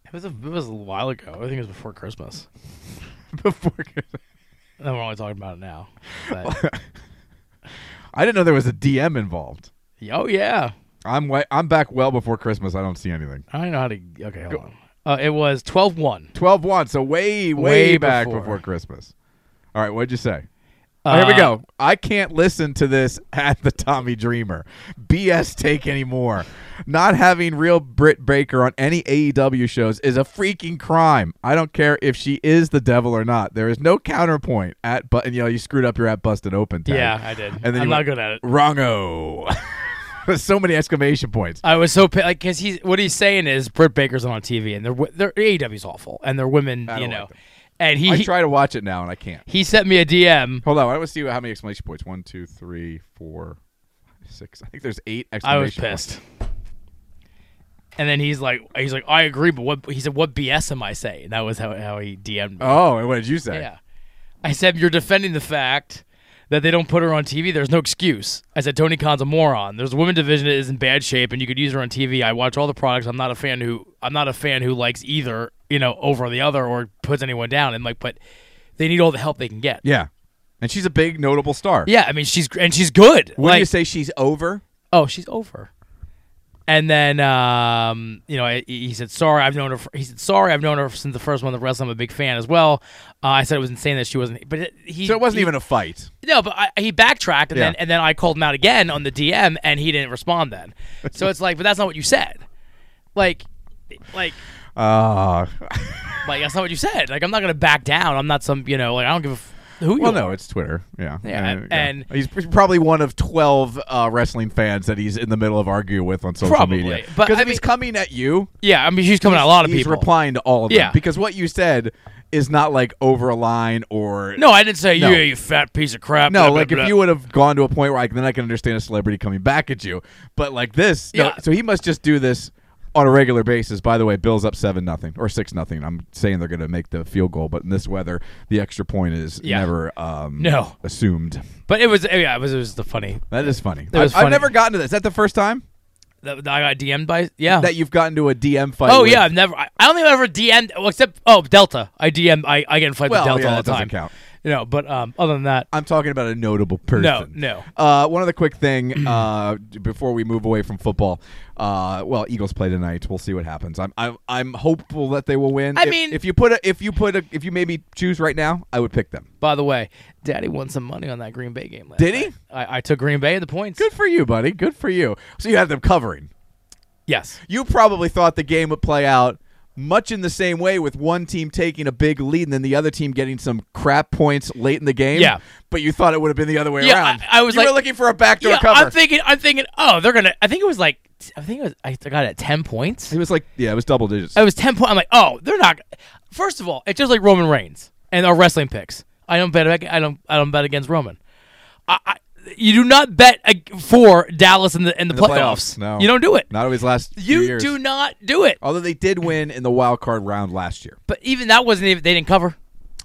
B: It was, a, it was a while ago. I think it was before Christmas. before Christmas. And we're only talking about it now. But,
A: I didn't know there was a DM involved.
B: oh, yeah.
A: I'm way, I'm back well before Christmas. I don't see anything.
B: I don't know how to. Okay, hold on. Uh, it was 12 1.
A: 12 1, so way, way,
B: Way
A: back
B: before. Uh,
A: before Christmas. All right, what'd you say? Oh, here we go. I can't listen to this at the Tommy Dreamer. BS take anymore. Not having real Britt Baker on any AEW shows is a freaking crime. I don't care if she is the devil or not. There is no counterpoint at but and you know you screwed up your at busted open tag.
B: Yeah, I did.
A: And then
B: I'm
A: you
B: not
A: went,
B: good at it.
A: Wrongo. There's so many exclamation points.
B: I was so pa- like because he's what he's saying is Britt Baker's on TV and their wo- their AEW's E awful and their women
A: I
B: you
A: don't
B: know,
A: like them.
B: and he
A: I try to watch it now and I can't.
B: he sent me a DM.
A: Hold on. I want to see how many exclamation points. One, two, three, four, five, six. I think there's eight
B: I was
A: exclamation points.
B: pissed. And then he's like, he's like, I agree, but what he said, what BS am I saying? That was how, how he DM'd me.
A: Oh, and what did you say?
B: Yeah. I said, You're defending the fact that they don't put her on TV. There's no excuse. I said, Tony Khan's a moron. There's a women division that is in bad shape and you could use her on TV. I watch all the products. I'm not a fan who I'm not a fan who likes either, you know, over the other or puts anyone down. And like, but they need all the help they can get.
A: Yeah. And she's a big notable star.
B: Yeah, I mean she's and she's good.
A: Would
B: like,
A: you say she's over?
B: oh, she's over. And then, um, you know, I- he said, "Sorry, I've known her." For, he said, "Sorry, I've known her since the first one. The wrestling, I'm a big fan as well." Uh, I said it was insane that she wasn't, but it- he.
A: So it wasn't
B: he-
A: even a fight.
B: No, but I, he backtracked, and then
A: Yeah.
B: and then I called him out again on the DM, and he didn't respond then. So it's like, but that's not what you said. Like, like,
A: Uh,
B: like that's not what you said. Like, I'm not gonna back down. I'm not some, you know, like I don't give a f- who you
A: well,
B: are.
A: no, it's Twitter. Yeah.
B: Yeah,
A: Uh,
B: and-
A: he's pr- probably one of 12 uh, wrestling fans that he's in the middle of arguing with on social
B: Probably,
A: media.
B: but
A: Because
B: I
A: if he's
B: mean-
A: coming at you,
B: Yeah, I mean, she's coming at a lot of
A: he's
B: people.
A: replying to all of them.
B: Yeah.
A: Because what you said is not like over a line or
B: no, I didn't say
A: No.
B: you, you fat piece of crap.
A: No,
B: blah, blah,
A: like
B: blah.
A: if you would have gone to a point where I, then I can understand a celebrity coming back at you, but like this, no,
B: Yeah.
A: so he must just do this on a regular basis. By the way, Bill's up seven nothing or six nothing. I'm saying they're going to make the field goal, but in this weather, the extra point is
B: Yeah.
A: never um,
B: No.
A: assumed.
B: But it was yeah, it was it was the funny.
A: That is funny.
B: That was
A: I, have
B: funny.
A: never gotten to this. Is that the first time
B: That, that I got DM'd by yeah.
A: that you've gotten to a DM fight?
B: oh
A: with-
B: yeah, I've never. I, I don't think I've ever DM'd well, except oh Delta. I DM. I I get in fights
A: Well,
B: with Delta
A: yeah,
B: all
A: that
B: the
A: doesn't
B: time.
A: count.
B: You know, but um, other than that,
A: I'm talking about a notable person.
B: no.
A: Uh, one other quick thing uh, d- before we move away from football. Uh, well, Eagles play tonight. We'll see what happens. I'm I'm, I'm hopeful that they will win.
B: I
A: If-
B: mean-
A: if you put a, if you put a, if you maybe choose right now, I would pick them.
B: by the way, Daddy won some money on that Green Bay game. Last
A: Did he?
B: night. I, I took Green Bay at the points.
A: Good for you, buddy. Good for you. So you had them covering.
B: Yes.
A: You probably thought the game would play out much in the same way with one team taking a big lead and then the other team getting some crap points late in the game.
B: Yeah.
A: But you thought it would have been the other way
B: Yeah,
A: around.
B: I- I was
A: you were
B: like-
A: looking for a backdoor
B: Yeah,
A: cover.
B: I'm thinking. I'm thinking. Oh, they're gonna. I think it was like. I think it was. I got it at ten points.
A: it was like yeah, it was double digits.
B: I was ten points. I'm like, oh, they're not. First of all, it's just like Roman Reigns and our wrestling picks. I don't bet. ag- I don't. I don't bet against Roman. I, I, you do not bet ag- for Dallas in the in the, playoffs.
A: No,
B: you don't do it.
A: Not always last. few
B: you
A: years. Oh.
B: do not do it.
A: Although they did win in the wild card round last year.
B: But even that wasn't even. They didn't cover.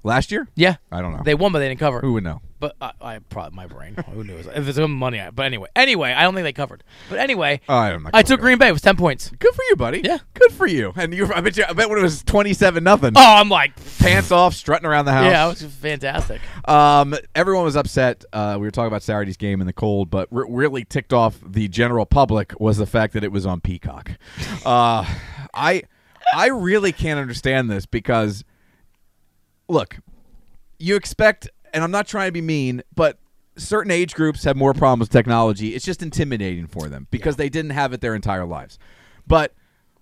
A: Last year?
B: Yeah,
A: I don't know.
B: They won, but they didn't cover.
A: Who would know?
B: But I, I probably my brain. Who knew? If it's some money, I, but anyway, anyway, I don't think they covered. But anyway,
A: I am not
B: Oh, I took
A: covering.
B: Green Bay. It was ten points.
A: Good for you, buddy.
B: Yeah.
A: Good for you. And you, I bet you, I bet when it was twenty-seven nothing,
B: Oh, I'm like,
A: pants off, strutting around the house.
B: yeah, it was fantastic.
A: Um, everyone was upset. Uh, we were talking about Saturday's game in the cold, but re- really ticked off the general public was the fact that it was on Peacock. Uh, I, I really can't understand this because, look, you expect, and I'm not trying to be mean, but certain age groups have more problems with technology. It's just intimidating for them because they didn't have it their entire lives. But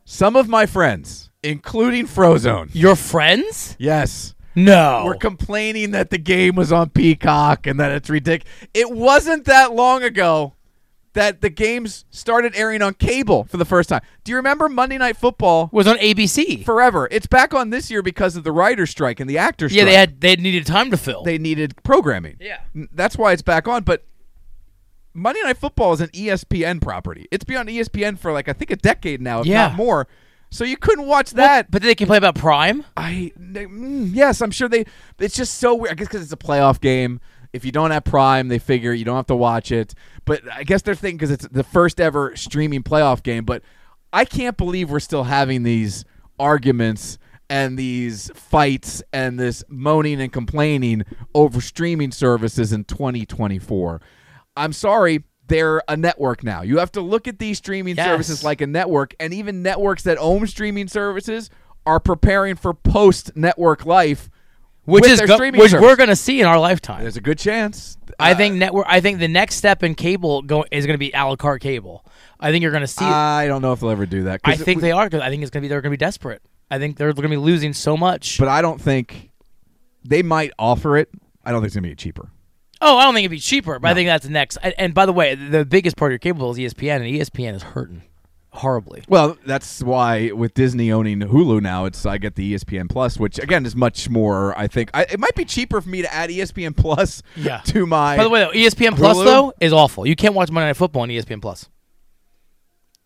A: some of my friends, including Frozone,
B: Your friends?
A: yes,
B: No.
A: we're complaining that the game was on Peacock and that it's ridiculous. It wasn't that long ago that the games started airing on cable for the first time. Do you remember Monday Night Football?
B: was on ABC.
A: Forever. It's back on this year because of the writer's strike and the actor's
B: yeah,
A: strike.
B: they had they needed time to fill.
A: they needed programming.
B: Yeah.
A: N- That's why it's back on, but Monday Night Football is an E ESPN property. It's been on E ESPN for like I think a decade now, if
B: Yeah.
A: not more. So you couldn't watch that.
B: but they can play about Prime.
A: I n- mm, yes, I'm sure they. It's just so weird. I guess because it's a playoff game. If you don't have Prime, they figure you don't have to watch it. But I guess they're thinking because it's the first ever streaming playoff game. But I can't believe we're still having these arguments and these fights and this moaning and complaining over streaming services in 2024. I'm sorry, they're a network now. You have to look at these streaming
B: Yes.
A: services like a network, and even networks that own streaming services are preparing for post network life,
B: which
A: with
B: is
A: their
B: go-
A: streaming
B: which
A: service.
B: we're going to see in our lifetime.
A: There's a good chance.
B: I think network. I think the next step in cable go- is going to be a la carte cable. I think you're going to see.
A: I don't know if they'll ever do that. 'cause
B: I think
A: we-
B: they are. 'cause I think it's going to be. They're going to be desperate. I think they're going to be losing so much.
A: but I don't think they might offer it. I don't think it's gonna be cheaper.
B: oh, I don't think it'd be cheaper. But I think that's next. And, and by the way, the biggest part of your cable bill is E ESPN, and ESPN is hurting horribly.
A: Well, that's why with Disney owning Hulu now, it's I get the E ESPN Plus, which again is much more. I think I, it might be cheaper for me to add E ESPN Plus
B: Yeah.
A: to my.
B: By the way, though, E ESPN Plus
A: Hulu?
B: though is awful. You can't watch Monday Night Football on E ESPN Plus.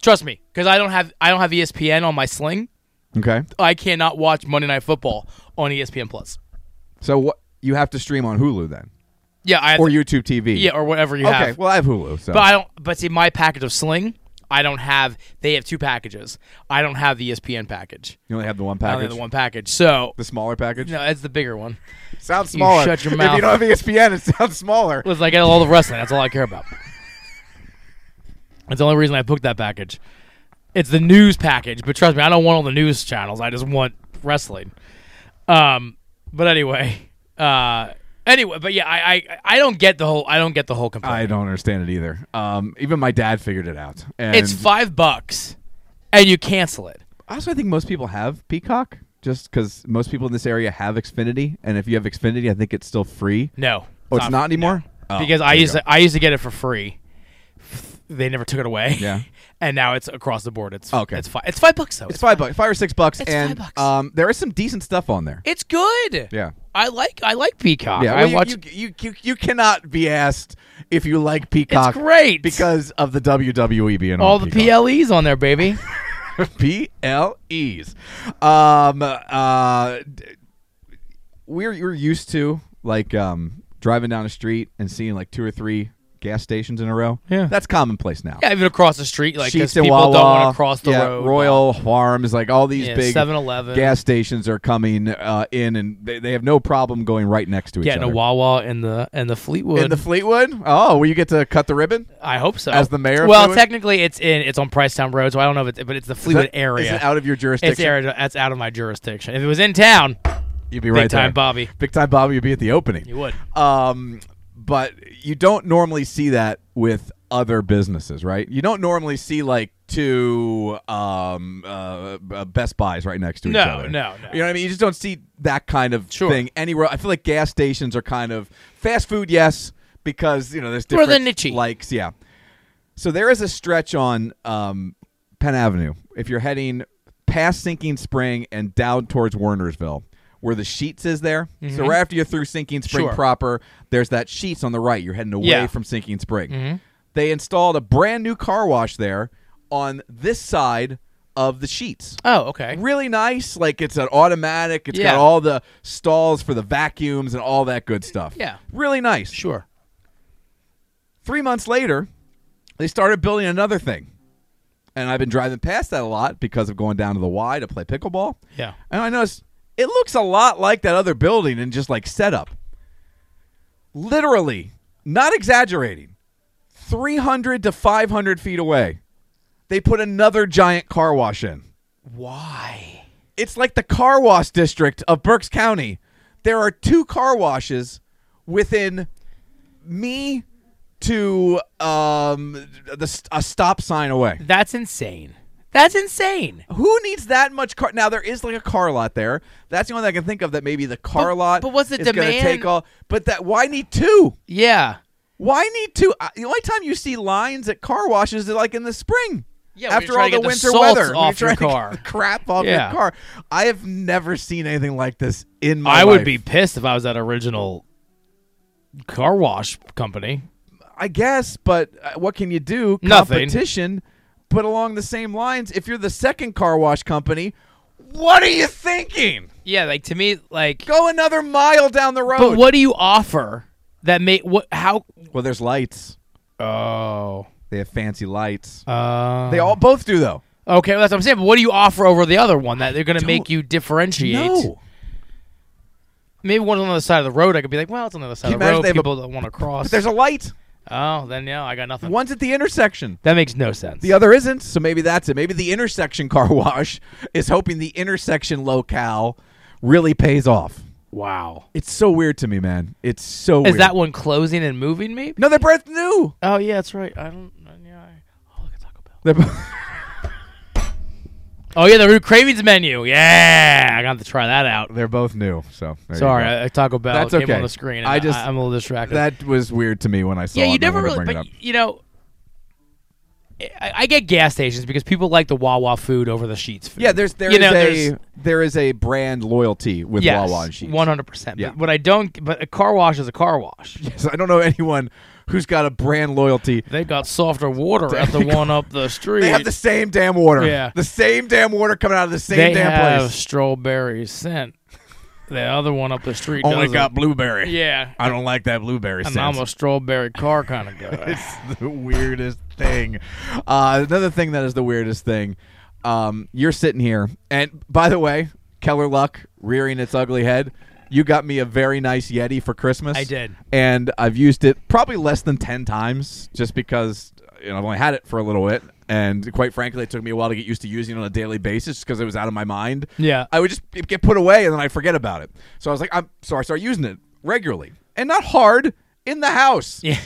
B: Trust me, because I don't have I don't have E ESPN on my Sling.
A: okay,
B: I cannot watch Monday Night Football on E ESPN Plus.
A: so what you have to stream on Hulu then,
B: Yeah, I have
A: or
B: to-
A: YouTube TV,
B: yeah, or whatever you
A: okay.
B: have.
A: Well, I have Hulu, so
B: but I don't. But see, my package of Sling, I don't have. They have two packages. I don't have the E ESPN package.
A: you only have the one
B: I
A: package,
B: only have the one package. So
A: The smaller package.
B: no, that's the bigger one.
A: sounds
B: you
A: smaller.
B: shut your
A: If
B: mouth.
A: you E don't have ESPN, it sounds smaller.
B: Listen, I get all the wrestling. That's all I care about. That's the only reason I booked that package. It's the news package, but trust me, I don't want all the news channels. I just want wrestling. Um, but anyway, uh, anyway, but yeah, I, I I don't get the whole I don't get the whole complaint.
A: I don't understand it either. Um, even my dad figured it out. And
B: It's five bucks, and you cancel it.
A: Also, I think most people have Peacock just because most people in this area have Xfinity, and if you have Xfinity, I think it's still free.
B: No,
A: oh, it's not anymore. Oh,
B: because I
A: there you
B: used
A: go.
B: to, I used to get it for free. They never took it away.
A: Yeah.
B: and now it's across the board. It's
A: Okay.
B: It's five. It's five bucks though.
A: It's five bucks, five or six bucks,
B: It's
A: and
B: five bucks.
A: um, there is some decent stuff on there.
B: It's good.
A: Yeah.
B: I like I like Peacock.
A: yeah,
B: I
A: well, you-
B: watch.
A: you, you, you you cannot be asked if you like Peacock.
B: great.
A: because of the WWE being
B: all
A: on
B: the
A: Peacock.
B: PLEs on there, baby.
A: PLEs. Um, uh, d- we're you're used to like um, driving down a street and seeing like two or three gas stations in a row.
B: Yeah.
A: that's commonplace now.
B: yeah, even across the street, like 'cause
A: Sheets and
B: people
A: Wawa,
B: don't want to cross the
A: yeah,
B: road.
A: Royal Farms, like all these
B: Yeah,
A: big
B: 7-Eleven.
A: gas stations are coming uh, in, and they, they have no problem going right next to each
B: getting
A: other.
B: a Wawa and the and the Fleetwood.
A: in the Fleetwood, oh, well, you get to cut the ribbon.
B: I hope so.
A: as the mayor of
B: Well,
A: Fleetwood?
B: technically, it's in it's on Pricetown Road, so I don't know if it's but it's the Fleetwood
A: Is that-
B: area.
A: is it out of your jurisdiction?
B: It's area that's out of my jurisdiction. If it was in town,
A: You'd be right
B: Big time
A: there.
B: Bobby.
A: Big time Bobby would be at the opening.
B: you would.
A: Um, but you don't normally see that with other businesses, right? You don't normally see like two um, uh, uh, Best Buys right next to
B: No,
A: each other.
B: no, no.
A: You know what I mean? You just don't see that kind of
B: Sure.
A: thing anywhere. I feel like gas stations are kind of fast food, yes, because you know there's
B: Or
A: different
B: they're niche-y.
A: likes, yeah. So there is a stretch on um, Penn Avenue if you're heading past Sinking Spring and down towards Wernersville, where the Sheets is there. So right after you're through Sinking Spring
B: Mm-hmm. Sure.
A: proper, there's that Sheets on the right. You're heading away
B: Yeah. Mm-hmm.
A: from Sinking Spring. They installed a brand new car wash there on this side of the Sheets.
B: Oh, okay.
A: Really nice. Like it's an automatic. It's
B: Yeah.
A: got all the stalls for the vacuums and all that good stuff.
B: Yeah.
A: Really nice.
B: Sure.
A: Three months later, they started building another thing. And I've been driving past that a lot because of going down to the Y to play pickleball.
B: Yeah.
A: And I noticed it looks a lot like that other building and just like setup. Literally, not exaggerating, 300 to 500 feet away, they put another giant car wash in.
B: Why?
A: It's like the car wash district of Berks County. There are two car washes within me to um the st- a stop sign away.
B: That's insane. That's insane.
A: Who needs that much car? Now there is like a car lot there. That's the only thing I can think of that maybe the car
B: But-
A: lot.
B: but what's the
A: is gonna
B: demand?
A: Take all, but that why need two?
B: Yeah.
A: Why need two? I, the only time you see lines at car washes is like in the spring.
B: Yeah, when you're
A: after all
B: trying
A: the
B: to get the
A: winter
B: salt
A: weather, when
B: off
A: you're trying
B: your
A: to
B: car.
A: get the crap off
B: Yeah.
A: your car. I have never seen anything like this in my.
B: I would
A: life.
B: be pissed if I was that original car wash company.
A: I guess, but uh, what can you do?
B: Nothing.
A: Competition. But along the same lines, if you're the second car wash company, what are you thinking?
B: Yeah, like to me, like.
A: Go another mile down the road.
B: But what do you offer that may what how
A: Well, there's lights.
B: oh
A: They have fancy lights.
B: uh
A: they all both do though.
B: okay well, that's what I'm saying. But what do you offer over the other one that they're gonna make you differentiate?
A: No.
B: Maybe one on the other side of the road. I could be like, well, it's on the other side
A: Can
B: of
A: you
B: the
A: imagine
B: road.
A: they have a-
B: People don't want to cross.
A: But there's a light.
B: oh, then yeah, I got nothing.
A: One's at the intersection.
B: That makes no sense.
A: The other isn't, so maybe that's it. Maybe the intersection car wash is hoping the intersection locale really pays off.
B: wow.
A: It's so weird to me, man. It's so
B: Is
A: weird.
B: that one closing and moving? Maybe.
A: No, they're both new.
B: Oh yeah, that's right. I don't. I- Yeah. I- Oh, look at Taco Bell.
A: They're bo-
B: Oh yeah, the Root Cravings menu. Yeah, I got to try that out.
A: they're both new. So there you
B: Sorry,
A: go.
B: I, I Taco Bell
A: That's
B: came
A: okay.
B: on the screen. And
A: I
B: I
A: just-
B: just I, am a little distracted.
A: that was weird to me when I saw.
B: yeah,
A: it,
B: you
A: and I
B: never
A: wanted to
B: really.
A: bring it
B: But
A: up.
B: you know, I, I get gas stations because people like the Wawa food over the sheets. Food.
A: Yeah, there's there
B: You
A: is
B: know,
A: a
B: there's-
A: there is a brand loyalty with
B: yes,
A: Wawa and Sheets.
B: one hundred percent.
A: Yeah.
B: But what I don't, but a car wash is a car wash.
A: So I don't know anyone who's got a brand loyalty.
B: They got softer water at the one up the street.
A: They have the same damn water.
B: Yeah.
A: the same damn water coming out of the same
B: They
A: damn
B: have
A: place.
B: strawberry scent. The other one up the street
A: Only
B: doesn't.
A: got blueberry.
B: yeah.
A: I don't like that blueberry
B: And
A: scent.
B: I'm a strawberry car kind of guy.
A: it's the weirdest thing. Uh, another thing that is the weirdest thing. Um, you're sitting here, and by the way, Keller Luck rearing its ugly head. You got me a very nice Yeti for Christmas.
B: I did.
A: and I've used it probably less than ten times, just because you know I've only had it for a little bit. And quite frankly, it took me a while to get used to using it on a daily basis because it was out of my mind.
B: Yeah.
A: I would just it get put away and then I forget about it. So I was like, I'm so I started using it regularly and not hard in the house.
B: yeah.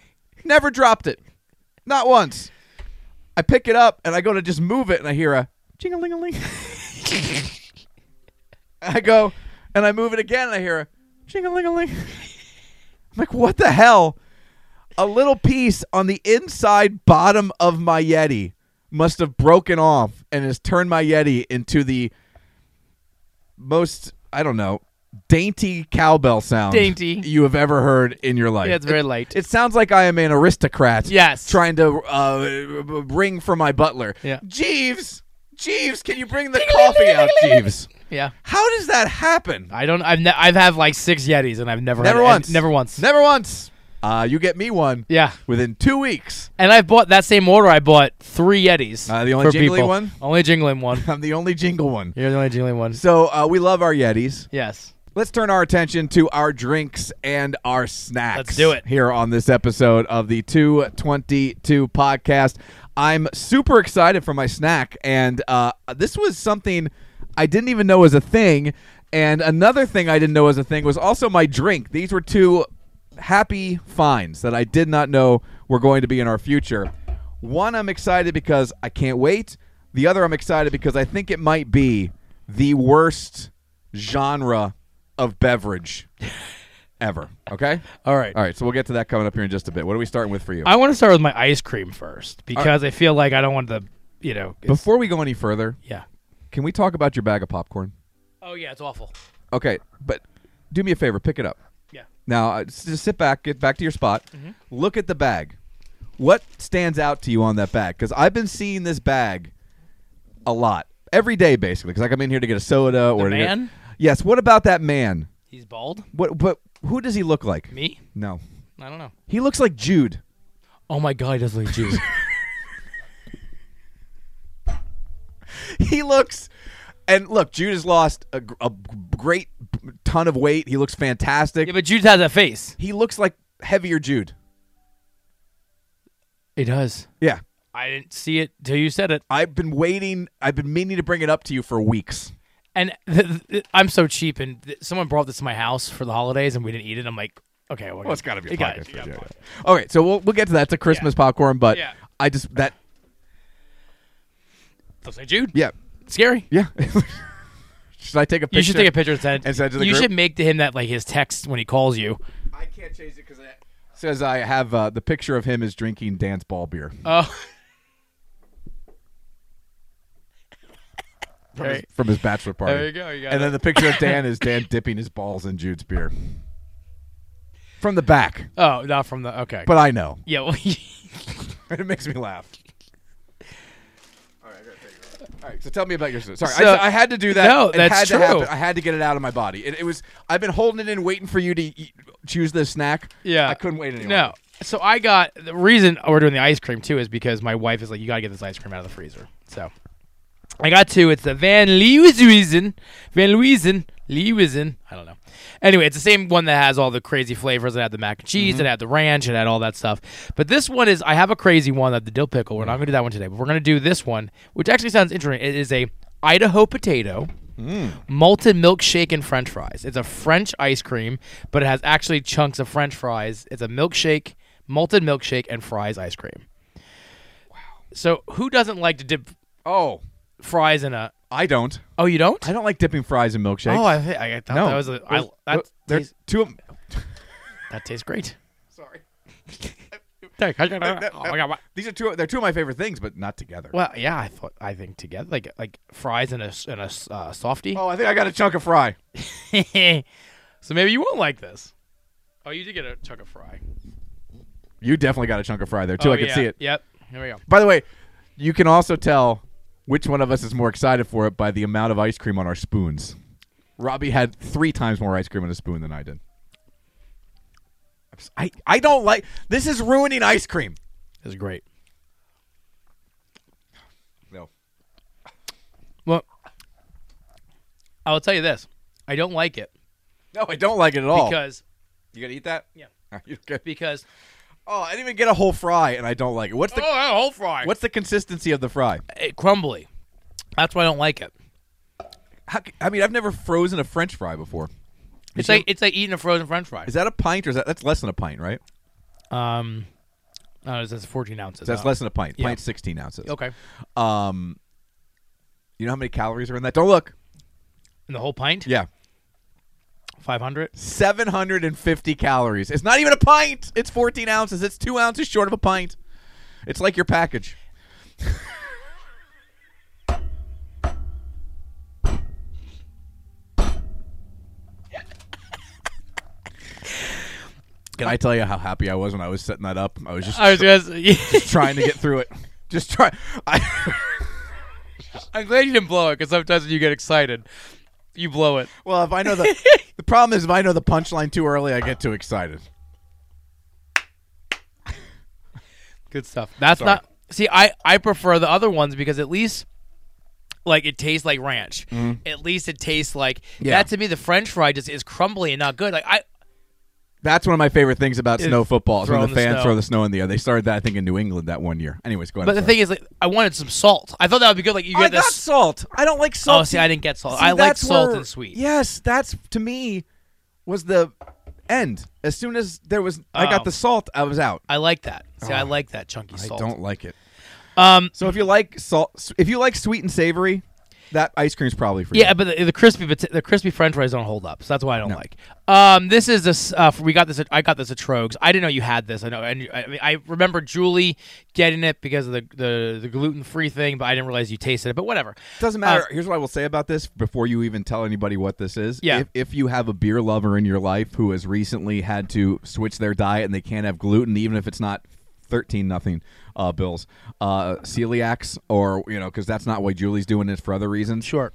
A: Never dropped it. Not once. I pick it up and I go to just move it and I hear a jing-a-ling-a-ling. I go and I move it again and I hear a jing-a-ling-a-ling. I'm like, what the hell? A little piece on the inside bottom of my Yeti must have broken off and has turned my Yeti into the most, I don't know, dainty cowbell sound
B: Dainty.
A: you have ever heard in your life.
B: Yeah, it's very light.
A: It sounds like I am an aristocrat.
B: Yes.
A: Trying to uh, ring for my butler.
B: Yeah.
A: Jeeves, Jeeves, can you bring the coffee out, Jeeves?
B: yeah.
A: How does that happen?
B: I don't. I've ne- I've had like six Yetis and I've never
A: Never
B: had,
A: once.
B: Never once.
A: Never once. Uh, you get me one.
B: Yeah.
A: Within two weeks,
B: And I've bought that same order. I bought three Yetis.
A: Uh, the only
B: for
A: jingly
B: people.
A: one?
B: Only jingling one.
A: I'm the only jingle one.
B: You're the only jingling one.
A: So uh, we love our Yetis.
B: Yes.
A: Let's turn our attention to our drinks and our snacks.
B: Let's do it.
A: Here on this episode of the 222 podcast. I'm super excited for my snack. And uh, this was something I didn't even know was a thing. And another thing I didn't know was a thing was also my drink. These were two happy finds that I did not know were going to be in our future. One, I'm excited because I can't wait. The other, I'm excited because I think it might be the worst genre of beverage ever. Okay?
B: All right.
A: All right, so we'll get to that coming up here in just a bit. What are we starting with for you?
B: I want to start with my ice cream first because I feel like I don't want to, you know. it's-
A: Before we go any further,
B: yeah.
A: can we talk about your bag of popcorn?
B: Oh yeah, it's awful.
A: Okay, but do me a favor, pick it up.
B: Yeah.
A: Now, uh, s- just sit back, get back to your spot.
B: Mm-hmm.
A: Look at the bag. What stands out to you on that bag? Because I've been seeing this bag a lot, every day basically. Because I come in here to get a soda or to get-
B: man?
A: yes. What about that man?
B: He's bald.
A: What? But who does he look like?
B: Me?
A: No,
B: I don't know.
A: he looks like Jude.
B: Oh my god, he does look Jews.
A: he looks and look jude has lost a, gr- a great ton of weight he looks fantastic
B: yeah, but Jude has that face.
A: he looks like heavier jude
B: He does.
A: yeah
B: I didn't see it till you said it.
A: i've been waiting i've been meaning to bring it up to you for weeks
B: And th- th- th- I'm so cheap, and th- someone brought this to my house for the holidays, and we didn't eat it. I'm like, okay, well, it's
A: gotta be
B: a pocket
A: yeah, all right so we'll, we'll get to that it's a christmas popcorn but
B: Yeah.
A: i just that
B: looks like Jude.
A: yeah
B: Scary.
A: yeah should i take a picture
B: You should take a picture and send.
A: And send to the
B: you
A: group?
B: should make to him that like his text when he calls you.
A: i can't change it because it says i have uh, the picture of him is drinking dance ball beer
B: Oh,
A: from, his, from his bachelor party
B: there you go. You got
A: and then the picture of dan is dan dipping his balls in jude's beer from the back
B: oh, not from the okay.
A: but i know
B: yeah, well,
A: it makes me laugh. All right, so tell me about your Sorry,
B: So-
A: I, I had to do that.
B: No,
A: It
B: that's
A: had to
B: true.
A: happen. I had to get it out of my body. It, it was. I've been holding it in, waiting for you to eat, choose this snack.
B: Yeah.
A: I couldn't wait anymore.
B: No. So I got the reason we're doing the ice cream too is because my wife is like, you gotta get this ice cream out of the freezer. So I got two. It's the Van Leeuwizen, Van Leeuwizen, Leeuwizen. I don't know. Anyway, it's the same one that has all the crazy flavors. It had the mac and
A: Mm-hmm.
B: cheese. It had the ranch. It had all that stuff. But this one is I have a crazy one that the dill pickle. We're not gonna do that one today, but we're gonna do this one, which actually sounds interesting. It is a Idaho potato malted milkshake and french fries. It's a French ice cream, but it has actually chunks of french fries. It's a milkshake, malted milkshake, and fries ice cream. Wow. So who doesn't like to dip
A: Oh,
B: fries in a.
A: I don't.
B: Oh, you don't?
A: I don't like dipping fries in milkshakes.
B: Oh, I, thi- I thought
A: no.
B: that was a. I,
A: Those-
B: that,
A: tho- they're
B: tastes,
A: two of 'em-
B: that tastes great. Sorry. oh my God, my-
A: These are two. They're two of my favorite things, but not together.
B: Well, yeah, I thought I think together like like fries and a s- and a s- uh, softy.
A: Oh, I think I got a chunk of fry.
B: so maybe you won't like this. Oh, you did get a chunk of fry.
A: You definitely got a chunk of fry there too.
B: oh,
A: I can
B: yeah.
A: see it.
B: Yep. Here we go.
A: By the way, you can also tell which one of us is more excited for it by the amount of ice cream on our spoons. Robbie had three times more ice cream on a spoon than I did. I'm s- I, I don't like this is ruining ice cream.
B: This is great.
A: No.
B: Well, I will tell you this: I don't like it
A: No, I don't like it at all.
B: because
A: you gonna eat that?
B: yeah,
A: You good?
B: because
A: Oh, I didn't even get a whole fry and I don't like it. What's the
B: oh, that whole fry,
A: what's the consistency of the fry?
B: Eh, crumbly? That's why I don't like it.
A: How, c- I mean, I've never frozen a French fry before.
B: It's like it's like eating a frozen French fry.
A: Is that a pint or is that that's less than a pint, right?
B: um, no, that's fourteen ounces.
A: That's
B: no.
A: less than a pint.
B: Yeah.
A: Pint's sixteen ounces.
B: Okay,
A: Um, you know how many calories are in that? Don't look.
B: and the whole pint,
A: Yeah,
B: five hundred.
A: seven hundred and fifty calories. It's not even a pint. It's fourteen ounces. It's two ounces short of a pint. It's like your package. Can I tell you how happy I was when I was setting that up? I was just
B: I was gonna. Say,
A: trying to get through it. Just try. I.
B: I'm glad you didn't blow it because sometimes when you get excited, you blow it.
A: Well, if I know the the problem is if I know the punchline too early, I get too excited.
B: Good stuff. That's not. See, I I prefer the other ones because at least. Like it tastes like ranch. At least it tastes like
A: Mm-hmm. Yeah.
B: that to me. The French fry just is crumbly and not good. Like I,
A: That's one of my favorite things about snow football is when the
B: throwing the
A: fans
B: snow.
A: throw the snow in the air. They started that I think in New England that one year. Anyways, go ahead.
B: but the thing is, like I wanted some salt. I thought that would be good. Like you get this.
A: salt. I don't like
B: Oh, see, I didn't get salt. I like salt and sweet.
A: Yes, that's to me was the end. As soon as there was, I got
B: Oh.
A: the salt. I was out.
B: I like that. See, I like that chunky
A: Oh. I
B: salt.
A: don't like it.
B: Um,
A: So if you like salt, if you like sweet and savory, that ice cream's probably for
B: Yeah,
A: you.
B: but the, the crispy pot- the crispy French fries don't hold up, so that's why I don't like. Um, this is this uh, we got this. At, I got this at Trogs. I didn't know you had this. I know, and you- I, mean, I remember Julie getting it because of the the, the gluten free thing, but I didn't realize you tasted it. But whatever.
A: Doesn't
B: Uh,
A: matter. Here's what I will say about this before you even tell anybody what this is.
B: Yeah.
A: If, if you have a beer lover in your life who has recently had to switch their diet and they can't have gluten, even if it's not 13 nothing uh, bills, uh, celiacs, or, you know, because that's not why Julie's doing this for other reasons.
B: Sure.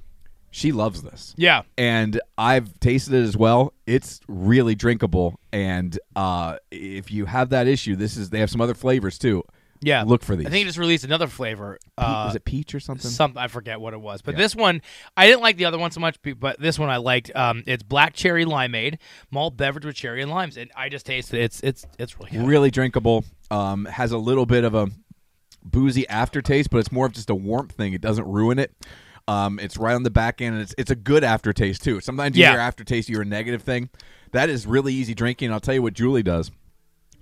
A: She loves this.
B: Yeah.
A: And I've tasted it as well. It's really drinkable. And uh, if you have that issue, this is, they have some other flavors too.
B: Yeah.
A: Look for these.
B: I think it just released another flavor.
A: Pe-
B: Uh,
A: was it peach or something?
B: Something I forget what it was, but this one I didn't like the other one so much, be- but this one I liked. Um, it's black cherry limeade malt beverage with cherry and limes, and I just tasted it. It's it's it's really good.
A: really drinkable. Um, has a little bit of a boozy aftertaste, but it's more of just a warmth thing. It doesn't ruin it. Um, it's right on the back end, and it's it's a good aftertaste too. Sometimes you
B: Yeah.
A: hear aftertaste, you're a negative thing. That is really easy drinking. I'll tell you what Julie does.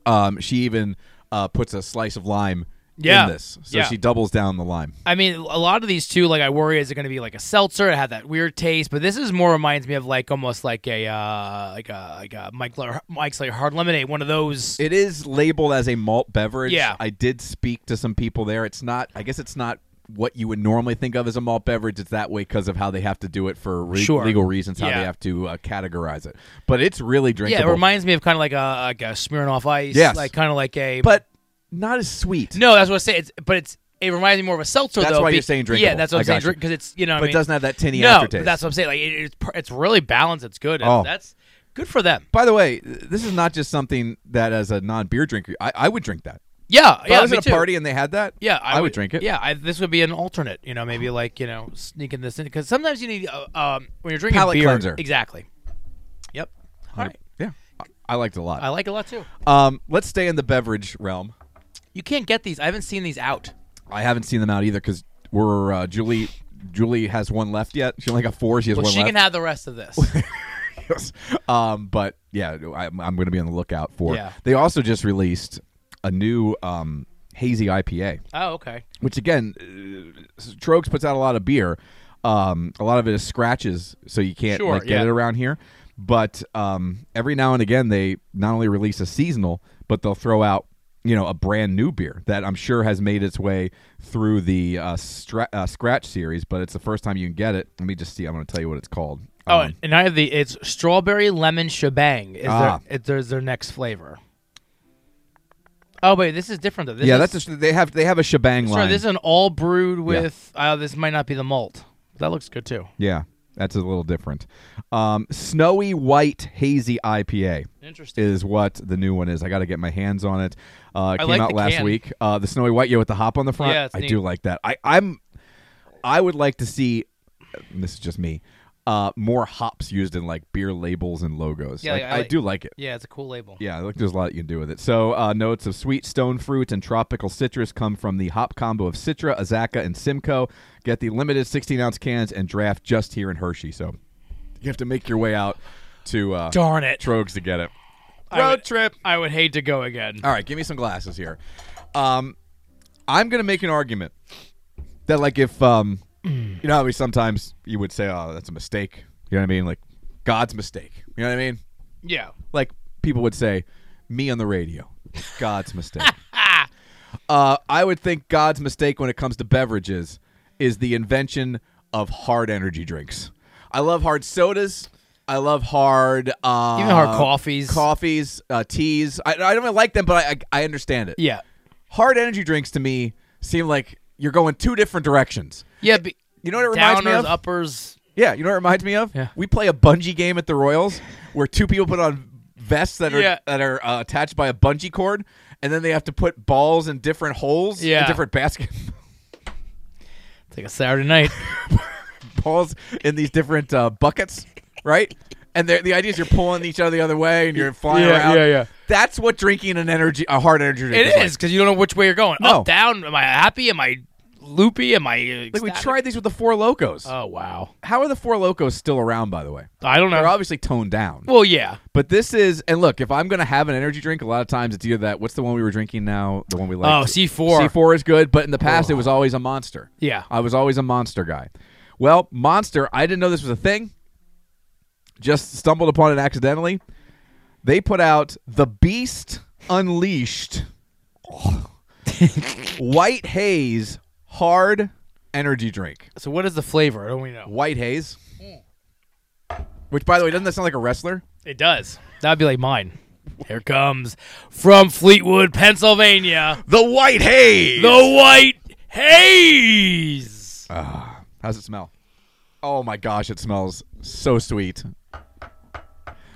A: Um, she even uh, puts a slice of lime
B: Yeah.
A: in this, so
B: Yeah.
A: she doubles down the lime.
B: I mean, a lot of these too. Like, I worry is it going to be like a seltzer? It had that weird taste, but this is more reminds me of like almost like a uh, like a like a Mike Le- Mike's like hard lemonade, one of those.
A: It is labeled as a malt beverage.
B: Yeah.
A: I did speak to some people there. It's not. I guess it's not what you would normally think of as a malt beverage. It's that way because of how they have to do it for re-
B: Sure.
A: legal reasons, how
B: Yeah.
A: they have to uh, categorize it. But it's really
B: yeah,
A: drinkable.
B: it reminds me of kind of like a like a Smirnoff Ice.
A: Yes.
B: like kind of like a.
A: but not as sweet.
B: no, that's what I say. It's but it's it reminds me more of a seltzer.
A: That's
B: though,
A: why
B: be-
A: you're saying
B: Yeah,
A: drinkable.
B: that's what
A: I
B: I'm saying
A: gotcha.
B: drink because it's you know what
A: But
B: I
A: it
B: mean?
A: doesn't have that tinny
B: no, but
A: aftertaste.
B: that's what I'm saying. Like it, it's pr- it's really balanced. It's good.
A: Oh.
B: That's Good for them.
A: By the way, th- this is not just something that as a non beer drinker, I, I would drink that.
B: Yeah,
A: If
B: yeah.
A: I was
B: me
A: at a
B: too.
A: party and they had that,
B: Yeah,
A: I, would, drink it.
B: Yeah, I, this would be an alternate. You know, maybe like you know sneaking this in because sometimes you need uh, um, when you're drinking
A: Palate
B: beer.
A: cleanser.
B: Exactly. Yep. All right.
A: Yeah. I, I liked it a lot.
B: I like it a lot too.
A: um, let's stay in the beverage realm.
B: You can't get these. I haven't seen these out.
A: I haven't seen them out either because we're uh, Julie. Julie has one left yet. She only got four. She has
B: Well,
A: one
B: she
A: left.
B: can have the rest of this.
A: Yes. um, but yeah, I'm, I'm going to be on the lookout for.
B: Yeah.
A: They also just released a new um, hazy IPA,
B: oh, okay.
A: which again, uh, Trogs puts out a lot of beer. Um, a lot of it is scratches, so you can't
B: Sure,
A: like, get
B: yeah.
A: it around here. But um, every now and again, they not only release a seasonal, but they'll throw out you know a brand new beer that I'm sure has made its way through the uh, stra- uh, scratch series. But it's the first time you can get it. Let me just see. I'm going to tell you what it's called.
B: Oh,
A: Um,
B: and I have the it's strawberry lemon shebang. Is
A: Ah.
B: their it, there's their next flavor. Oh wait, this is different though. This
A: yeah,
B: is,
A: that's a, they have they have a shebang
B: sorry.
A: line.
B: This is an all brewed with. Uh, this might not be the malt. That looks good too.
A: yeah, that's a little different. Um, snowy white hazy IPA
B: Interesting.
A: is what the new one is. I got to get my hands on it. Uh, it
B: I
A: came
B: like
A: out
B: the
A: last
B: can.
A: week. Uh, the snowy white, yeah, with the hop on the front.
B: Yeah, it's
A: I
B: neat.
A: do like that. I, I'm I would like to see. This is just me. Uh, more hops used in like beer labels and logos.
B: Yeah,
A: Like,
B: like, I
A: I,
B: like-
A: do like it.
B: Yeah, it's a cool label.
A: Yeah, look, there's a lot you can do with it. So, uh, notes of sweet stone fruit and tropical citrus come from the hop combo of Citra, Azaka, and Simcoe. Get the limited 16 ounce cans and draft just here in Hershey. So, you have to make your way out to uh,
B: Darn it.
A: Trogs to get it.
B: I would- I would hate to go again.
A: All right, give me some glasses here. Um, I'm gonna make an argument that, like, if um, you know, how we sometimes you would say, "Oh, that's a mistake." You know what I mean? Like God's mistake. You know what I mean?
B: Yeah.
A: like people would say, me on the radio, God's mistake. uh, I would think God's mistake when it comes to beverages is the invention of hard energy drinks. I love hard sodas. I love hard, uh,
B: Even hard coffees.
A: coffees, uh, teas. I, I don't really like them, but I, I I understand it.
B: Yeah.
A: hard energy drinks to me seem like you're going two different directions.
B: Yeah. Be,
A: You know what it reminds
B: downers,
A: me of?
B: uppers.
A: Yeah, you know what it reminds me of?
B: Yeah.
A: We play a bungee game at the Royals where two people put on vests that are
B: Yeah.
A: that are uh, attached by a bungee cord, and then they have to put balls in different holes, in
B: Yeah.
A: different basket
B: It's like a Saturday night.
A: balls in these different uh, buckets, right? And they're- the idea is you're pulling each other the other way and you're flying
B: Yeah,
A: around.
B: yeah, yeah.
A: That's what drinking an energy, a hard energy drink
B: it
A: is. like.
B: is because you don't know which way you're going.
A: No.
B: Up, down. Am I happy? Am I loopy? Am I?
A: Like we
B: ecstatic?
A: tried these with the Four Locos.
B: Oh wow.
A: How are the Four Locos still around? By the way,
B: I don't know.
A: they're obviously toned down.
B: well, yeah.
A: But this is, and look, if I'm going to have an energy drink, a lot of times it's either that. What's the one we were drinking now? The one we like.
B: Oh, C4.
A: C4 is good, but in the past it was always a monster.
B: Yeah.
A: I was always a monster guy. Well, monster, I didn't know this was a thing. Just stumbled upon it accidentally. They put out The Beast Unleashed White Haze Hard Energy Drink.
B: So what is the flavor? Don't we know?
A: White Haze.
B: Mm.
A: Which, by the way, doesn't that sound like a wrestler?
B: It does. That'd be like mine. Here comes from Fleetwood, Pennsylvania,
A: The White Haze!
B: the White Haze.
A: How's it smell? Oh my gosh, it smells so sweet.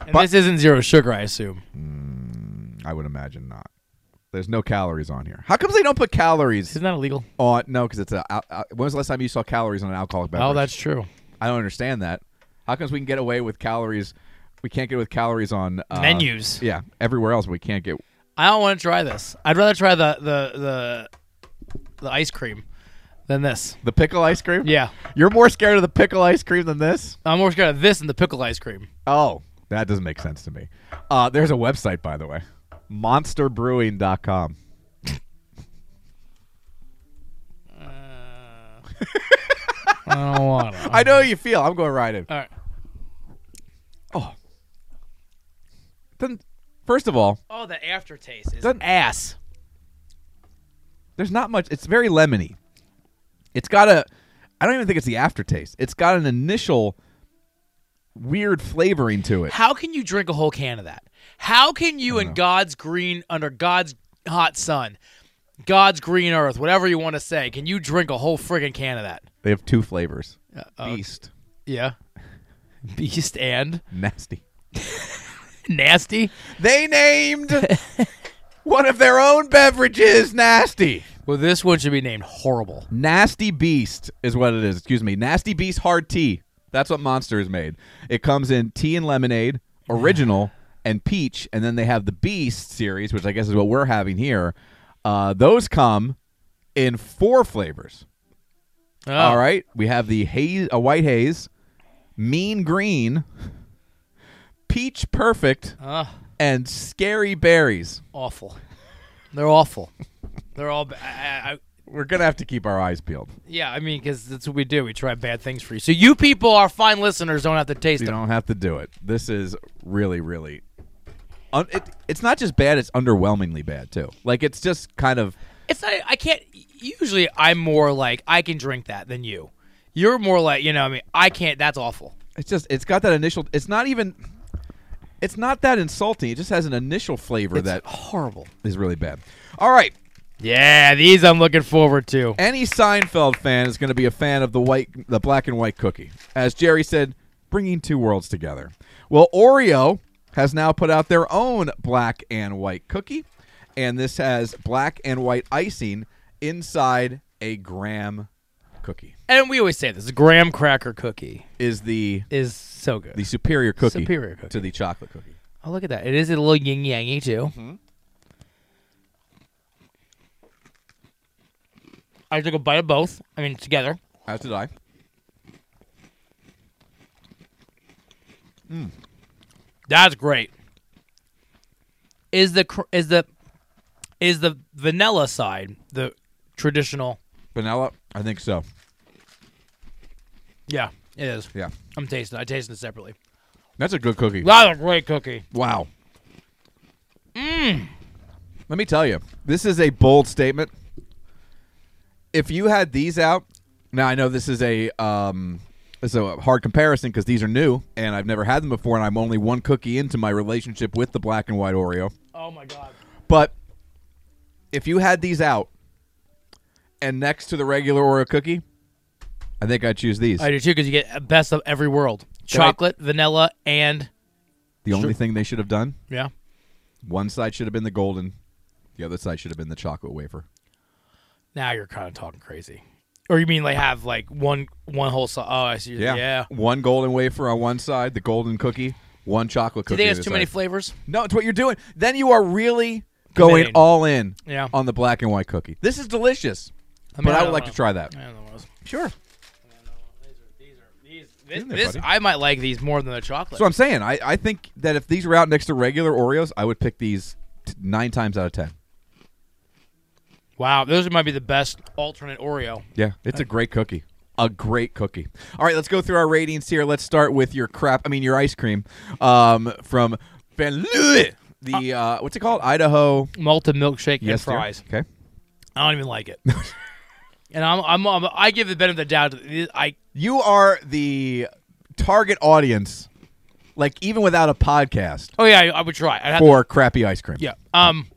B: And this isn't zero sugar, I assume.
A: I would imagine not. There's no calories on here. How comes they don't put calories
B: Isn't that illegal?
A: on? No, because it's a. al- al- When was the last time you saw calories on an alcoholic beverage?
B: Oh, that's true.
A: I don't understand that. How comes we can get away with calories? We can't get with calories on uh,
B: Menus.
A: Yeah, everywhere else we can't get.
B: I don't want to try this. I'd rather try the the the, the ice cream than this.
A: The pickle ice cream.
B: Yeah,
A: You're more scared of the pickle ice cream than this.
B: I'm more scared of this than the pickle ice cream.
A: Oh, that doesn't make sense to me. Uh, there's a website, by the way, monsterbrewing.com.
B: I don't want to.
A: I know how you feel. I'm going right in.
B: All right.
A: Then, first of all,
B: Oh, the aftertaste is
A: Doesn't-
B: ass.
A: there's not much. It's very lemony. It's got a. I don't even think it's the aftertaste. It's got an initial weird flavoring to it.
B: How can you drink a whole can of that? How can you, in God's green, under God's hot sun, God's green earth, whatever you want to say, can you drink a whole friggin' can of that?
A: They have two flavors. Beast,
B: Yeah. Beast and
A: nasty.
B: Nasty.
A: They named one of their own beverages nasty.
B: Well, this one should be named horrible.
A: Nasty Beast is what it is. Excuse me. Nasty Beast hard tea. That's what Monster is made. It comes in tea and lemonade, original, and peach, and then they have the Beast series, which I guess is what we're having here. Uh, those come in four flavors.
B: Oh.
A: All right, we have the haze, a white haze, mean green, peach perfect,
B: Ugh,
A: and scary berries.
B: awful. They're awful. They're all. Ba- I, I, I-
A: We're gonna have to keep our eyes peeled.
B: yeah, I mean, because that's what we do. We try bad things for you. So you people, our fine listeners, don't have to taste
A: You
B: them.
A: don't have to do it. This is really, really. Un- it, it's not just bad; it's underwhelmingly bad too. Like it's just kind of.
B: It's not. I can't. Usually, I'm more like I can drink that than you. You're more like you know. what I mean, I can't. That's awful.
A: It's just. It's got that initial. It's not even. It's not that insulting. It just has an initial flavor
B: It's
A: that
B: horrible.
A: is really bad. All right.
B: Yeah, these I'm looking forward to.
A: Any Seinfeld fan is going to be a fan of the white, the black and white cookie. As Jerry said, bringing two worlds together. Well, Oreo has now put out their own black and white cookie, and this has black and white icing inside a graham cookie.
B: And we always say this: the graham cracker cookie
A: Is the
B: is so good.
A: the superior cookie,
B: Superior cookie.
A: to the chocolate cookie.
B: Oh, look at that! It is a little yin yangy too. I took a bite of both. I mean, together.
A: How did I?
B: That's great. Is the cr- is the is the vanilla side the traditional?
A: Vanilla? I think so.
B: Yeah, it is.
A: Yeah.
B: I'm tasting. it. I tasted it separately.
A: That's a good cookie.
B: That's a great cookie.
A: Wow. Mm. Let me tell you, this is a bold statement. If you had these out, now I know this is a um, this is a hard comparison because these are new and I've never had them before, and I'm only one cookie into my relationship with the black and white Oreo.
B: Oh my god.
A: But if you had these out and next to the regular Oreo cookie, I think I'd choose these.
B: I do too because you get a best of every world: chocolate, vanilla, and
A: the only thing they should have done
B: yeah.
A: one side should have been the golden, the other side should have been the chocolate wafer.
B: Now you're kind of talking crazy. Or you mean like have like one one whole so- oh I see yeah.
A: One golden wafer on one side, the golden cookie, one chocolate
B: Do
A: cookie.
B: they
A: on
B: have
A: the
B: too many
A: side.
B: flavors?
A: no, it's what you're doing. Then you are really going
B: Committing.
A: all in
B: Yeah.
A: on the black and white cookie. This is delicious.
B: mean,
A: but
B: I
A: I would
B: don't
A: like
B: know.
A: to try that.
B: I don't know what else.
A: Sure. That's
B: These, this,
A: Isn't it,
B: this
A: buddy?
B: I might like these more than the chocolate.
A: what I'm saying. I, I think that if these were out next to regular Oreos, I would pick these t- nine times out of ten.
B: wow, those might be the best alternate Oreo.
A: Yeah, it's a great cookie. A great cookie. All right, let's go through our ratings here. Let's start with your crap. I mean, your ice cream um, from Van Louis. The uh, what's it called? Idaho.
B: Malted milkshake and
A: dear.
B: fries.
A: Okay.
B: I don't even like it. and I'm, I'm, I'm I give the benefit of the doubt. to the- I
A: You are the target audience, like even without a podcast,
B: oh yeah, I, I would try. I'd have to,
A: for crappy ice cream.
B: yeah. Um,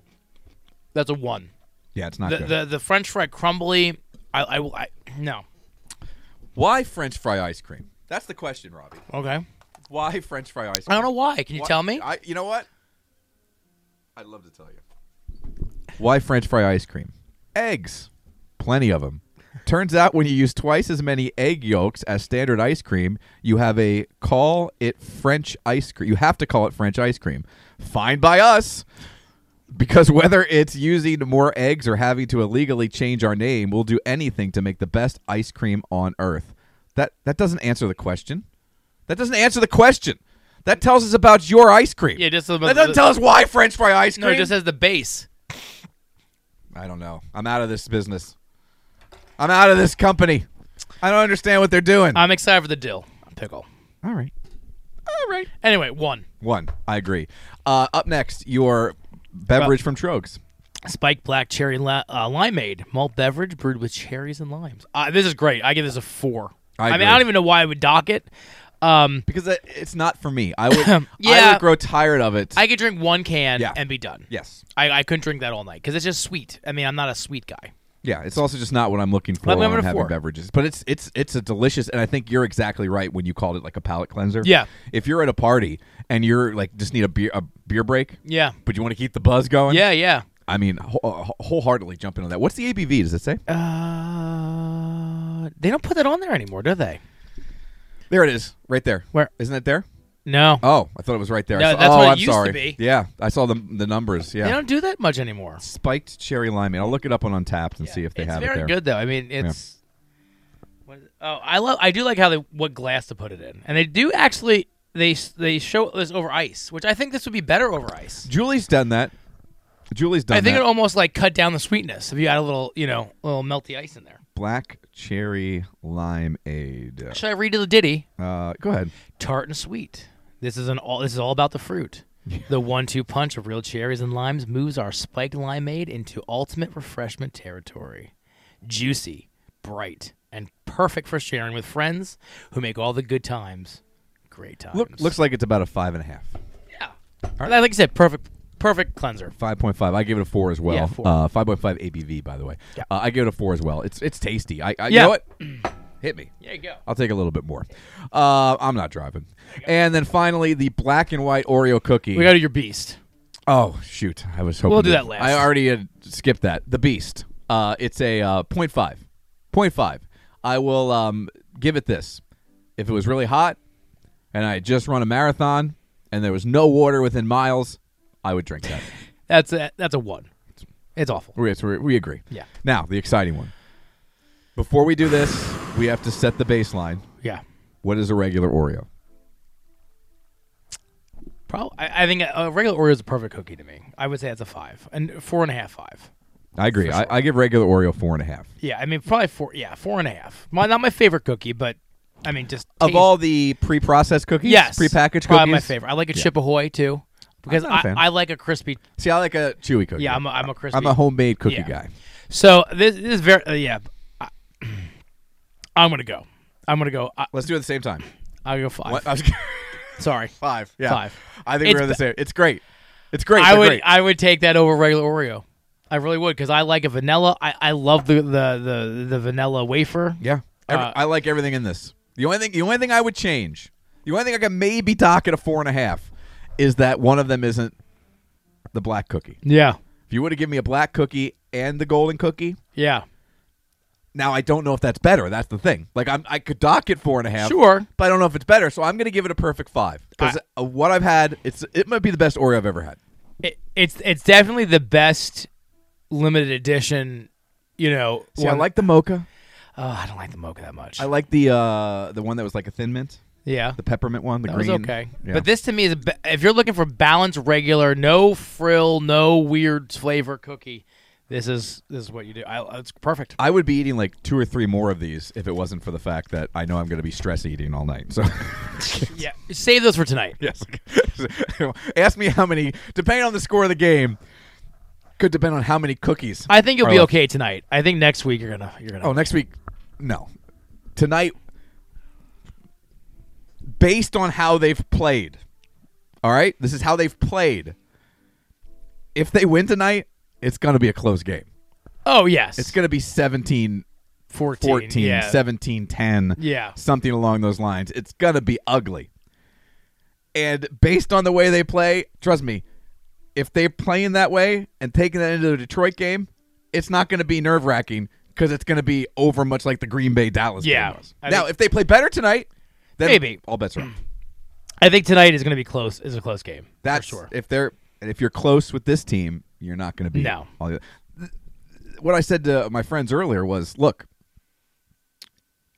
B: that's a one.
A: yeah, it's not
B: The
A: good.
B: the, the French fry crumbly. I I, will- I no.
A: Why French fry ice cream? That's the question, Robbie.
B: Okay.
A: Why French fry ice cream?
B: I don't know why. Can you
A: Why-
B: tell me?
A: I, you know what? I'd love to tell you. Why French fry ice cream? Eggs, plenty of them. Turns out when you use twice as many egg yolks as standard ice cream, you have a call it French ice cream. You have to call it French ice cream. Fine by us. Because whether it's using more eggs or having to illegally change our name, we'll do anything to make the best ice cream on earth. That that doesn't answer the question. That doesn't answer the question. That tells us about your ice cream.
B: Yeah, just
A: that
B: about
A: doesn't
B: the-
A: tell us why French fry ice
B: no,
A: cream.
B: it just says the base.
A: I don't know. I'm out of this business. I'm out of this company. I don't understand what they're doing.
B: I'm excited for the dill pickle.
A: All right. All right.
B: Anyway, one
A: One. I agree. Uh, up next, your beverage from Trogs.
B: spiked black cherry la- uh, limeade malt beverage brewed with cherries and limes. Uh, this is great. I give this a four.
A: I
B: mean,
A: agree.
B: I don't even know why I would dock it. Um,
A: Because it- it's not for me. I would, I
B: Yeah.
A: would grow tired of it.
B: I could drink one can
A: Yeah.
B: and be done.
A: yes.
B: I, I couldn't drink that all night because it's just sweet. I mean, I'm not a sweet guy.
A: Yeah, it's also just not what I'm looking for
B: Like
A: when
B: number
A: I'm having
B: four.
A: beverages. But it's it's it's a delicious, and I think you're exactly right when you called it like a palate cleanser.
B: Yeah.
A: If you're at a party and you're like just need a beer a beer break.
B: Yeah.
A: But you want to keep the buzz going.
B: Yeah, yeah.
A: I mean, wh- uh, wholeheartedly jump in on that. What's the ABV? Does it say?
B: Uh, they don't put that on there anymore, do they?
A: There it is, right there.
B: Where?
A: isn't it there?
B: No,
A: Oh, I thought it was right there. I
B: No,
A: saw-
B: that's
A: oh,
B: what it
A: I'm
B: used to
A: sorry.
B: be.
A: Yeah, I saw the the numbers.
B: they
A: Yeah,
B: don't do that much anymore.
A: spiked cherry limeade. I'll look it up on Untapped and see if they
B: it's
A: have
B: very
A: it there.
B: good though. I mean, it's. What is it? Oh, I love. I do like how they what glass to put it in, and they do actually they s- they show this over ice, which I think this would be better over ice.
A: Julie's done that. Julie's done
B: I think
A: that.
B: it almost like cut down the sweetness if you add a little, you know, a little melty ice in there.
A: Black cherry limeade.
B: Should I read you the ditty?
A: Uh, go ahead.
B: Tart and sweet. This is an all. This is all about the fruit. The one-two punch of real cherries and limes moves our spiked limeade into ultimate refreshment territory. Juicy, bright, and perfect for sharing with friends who make all the good times great times.
A: Look, looks like it's about a five and a half.
B: yeah. Like I said, perfect, perfect cleanser.
A: Five point five. I give it a four as well.
B: Yeah, four.
A: Uh, five point five ABV, by the way.
B: Yeah.
A: Uh, I give it a four as well. It's it's tasty. I, I you
B: Yeah.
A: know what? Hit me.
B: There you go.
A: I'll take a little bit more. Uh, I'm not driving. And then finally, the black and white Oreo cookie.
B: We go to your beast.
A: oh shoot! I was hoping
B: We'll do
A: to-
B: that last.
A: I already had skipped that. The Beast. Uh, it's a uh, 0.5. 0.5. I will um, give it this. If it was really hot, and I had just run a marathon, and there was no water within miles, I would drink that.
B: That's a that's a one. It's awful.
A: We, it's- we, we agree.
B: Yeah.
A: Now, the exciting one. Before we do this, we have to set the baseline.
B: Yeah.
A: What is a regular Oreo?
B: Probably. I, I think a, a regular Oreo is a perfect cookie to me. I would say that's a five and four and a half five.
A: I agree. I, I give regular Oreo four and a half.
B: Yeah, I mean probably four. Yeah, four and a half. My, not my favorite cookie, but I mean just
A: Of
B: taste-
A: all the pre-processed cookies,
B: yes,
A: pre-packaged
B: probably
A: cookies,
B: my favorite. I like a Chip Ahoy too, because
A: not a
B: I,
A: fan.
B: I like a crispy.
A: See, I like a chewy cookie.
B: Yeah, I'm a, I'm a crispy.
A: I'm a homemade cookie
B: Yeah.
A: guy.
B: So this, this is very uh, yeah. I, I'm gonna go. I'm gonna go. I,
A: Let's do it at the same time.
B: I'll go five.
A: What? I was-
B: Sorry,
A: five. Yeah.
B: Five.
A: I think
B: It's
A: we're on the
B: be-
A: same. It's great. It's great.
B: I
A: They're
B: would
A: great.
B: I would take that over regular Oreo. I really would because I like a vanilla. I, I love the, the the the vanilla wafer.
A: yeah. Every-
B: uh,
A: I like everything in this. The only thing, the only thing I would change, the only thing I could maybe dock at a four and a half, is that one of them isn't the black cookie.
B: Yeah.
A: If you would have given me a black cookie and the golden cookie,
B: Yeah.
A: now I don't know if that's better. That's the thing. Like I'm, I could dock it four and a half,
B: Sure.
A: but I don't know if it's better. So I'm going to give it a perfect five because
B: Ah.
A: what I've had, it's it might be the best Oreo I've ever had.
B: It, it's it's definitely the best limited edition. You know,
A: See, I
B: one-
A: like the mocha.
B: Oh, I don't like the mocha that much.
A: I like the uh the one that was like a thin mint,
B: yeah,
A: the peppermint one, the
B: that was
A: green.
B: okay.
A: Yeah.
B: But this to me is a, ba- if you're looking for balanced, regular, no frill, no weird flavor cookie, this is this is what you do. I, it's perfect.
A: I would be eating like two or three more of these if it wasn't for the fact that I know I'm going to be stress eating all night. So,
B: yeah, save those for tonight.
A: yes. Ask me how many, depending on the score of the game, could depend on how many cookies.
B: I think you'll
A: are
B: be
A: left.
B: okay tonight. I think next week you're gonna you're gonna.
A: Oh, next week. No. Tonight, based on how they've played, all right? This is how they've played. If they win tonight, it's going to be a close game.
B: Oh yes,
A: It's going to be 17
B: 14,
A: 14,
B: yeah.
A: 17, 10,
B: Yeah.
A: something along those lines. It's going to be ugly. And based on the way they play, trust me, if they're playing that way and taking that into the Detroit game, it's not going to be nerve wracking because it's going to be over much like the Green Bay Dallas
B: Yeah.
A: game was.
B: I
A: now,
B: think-
A: if they play better tonight, then
B: Maybe.
A: all bets are off.
B: I think tonight is gonna be close. Is a close game.
A: That's
B: for sure.
A: if they're and if you're close with this team, you're not going to be.
B: No.
A: all the- Th- what I said to my friends earlier was, look,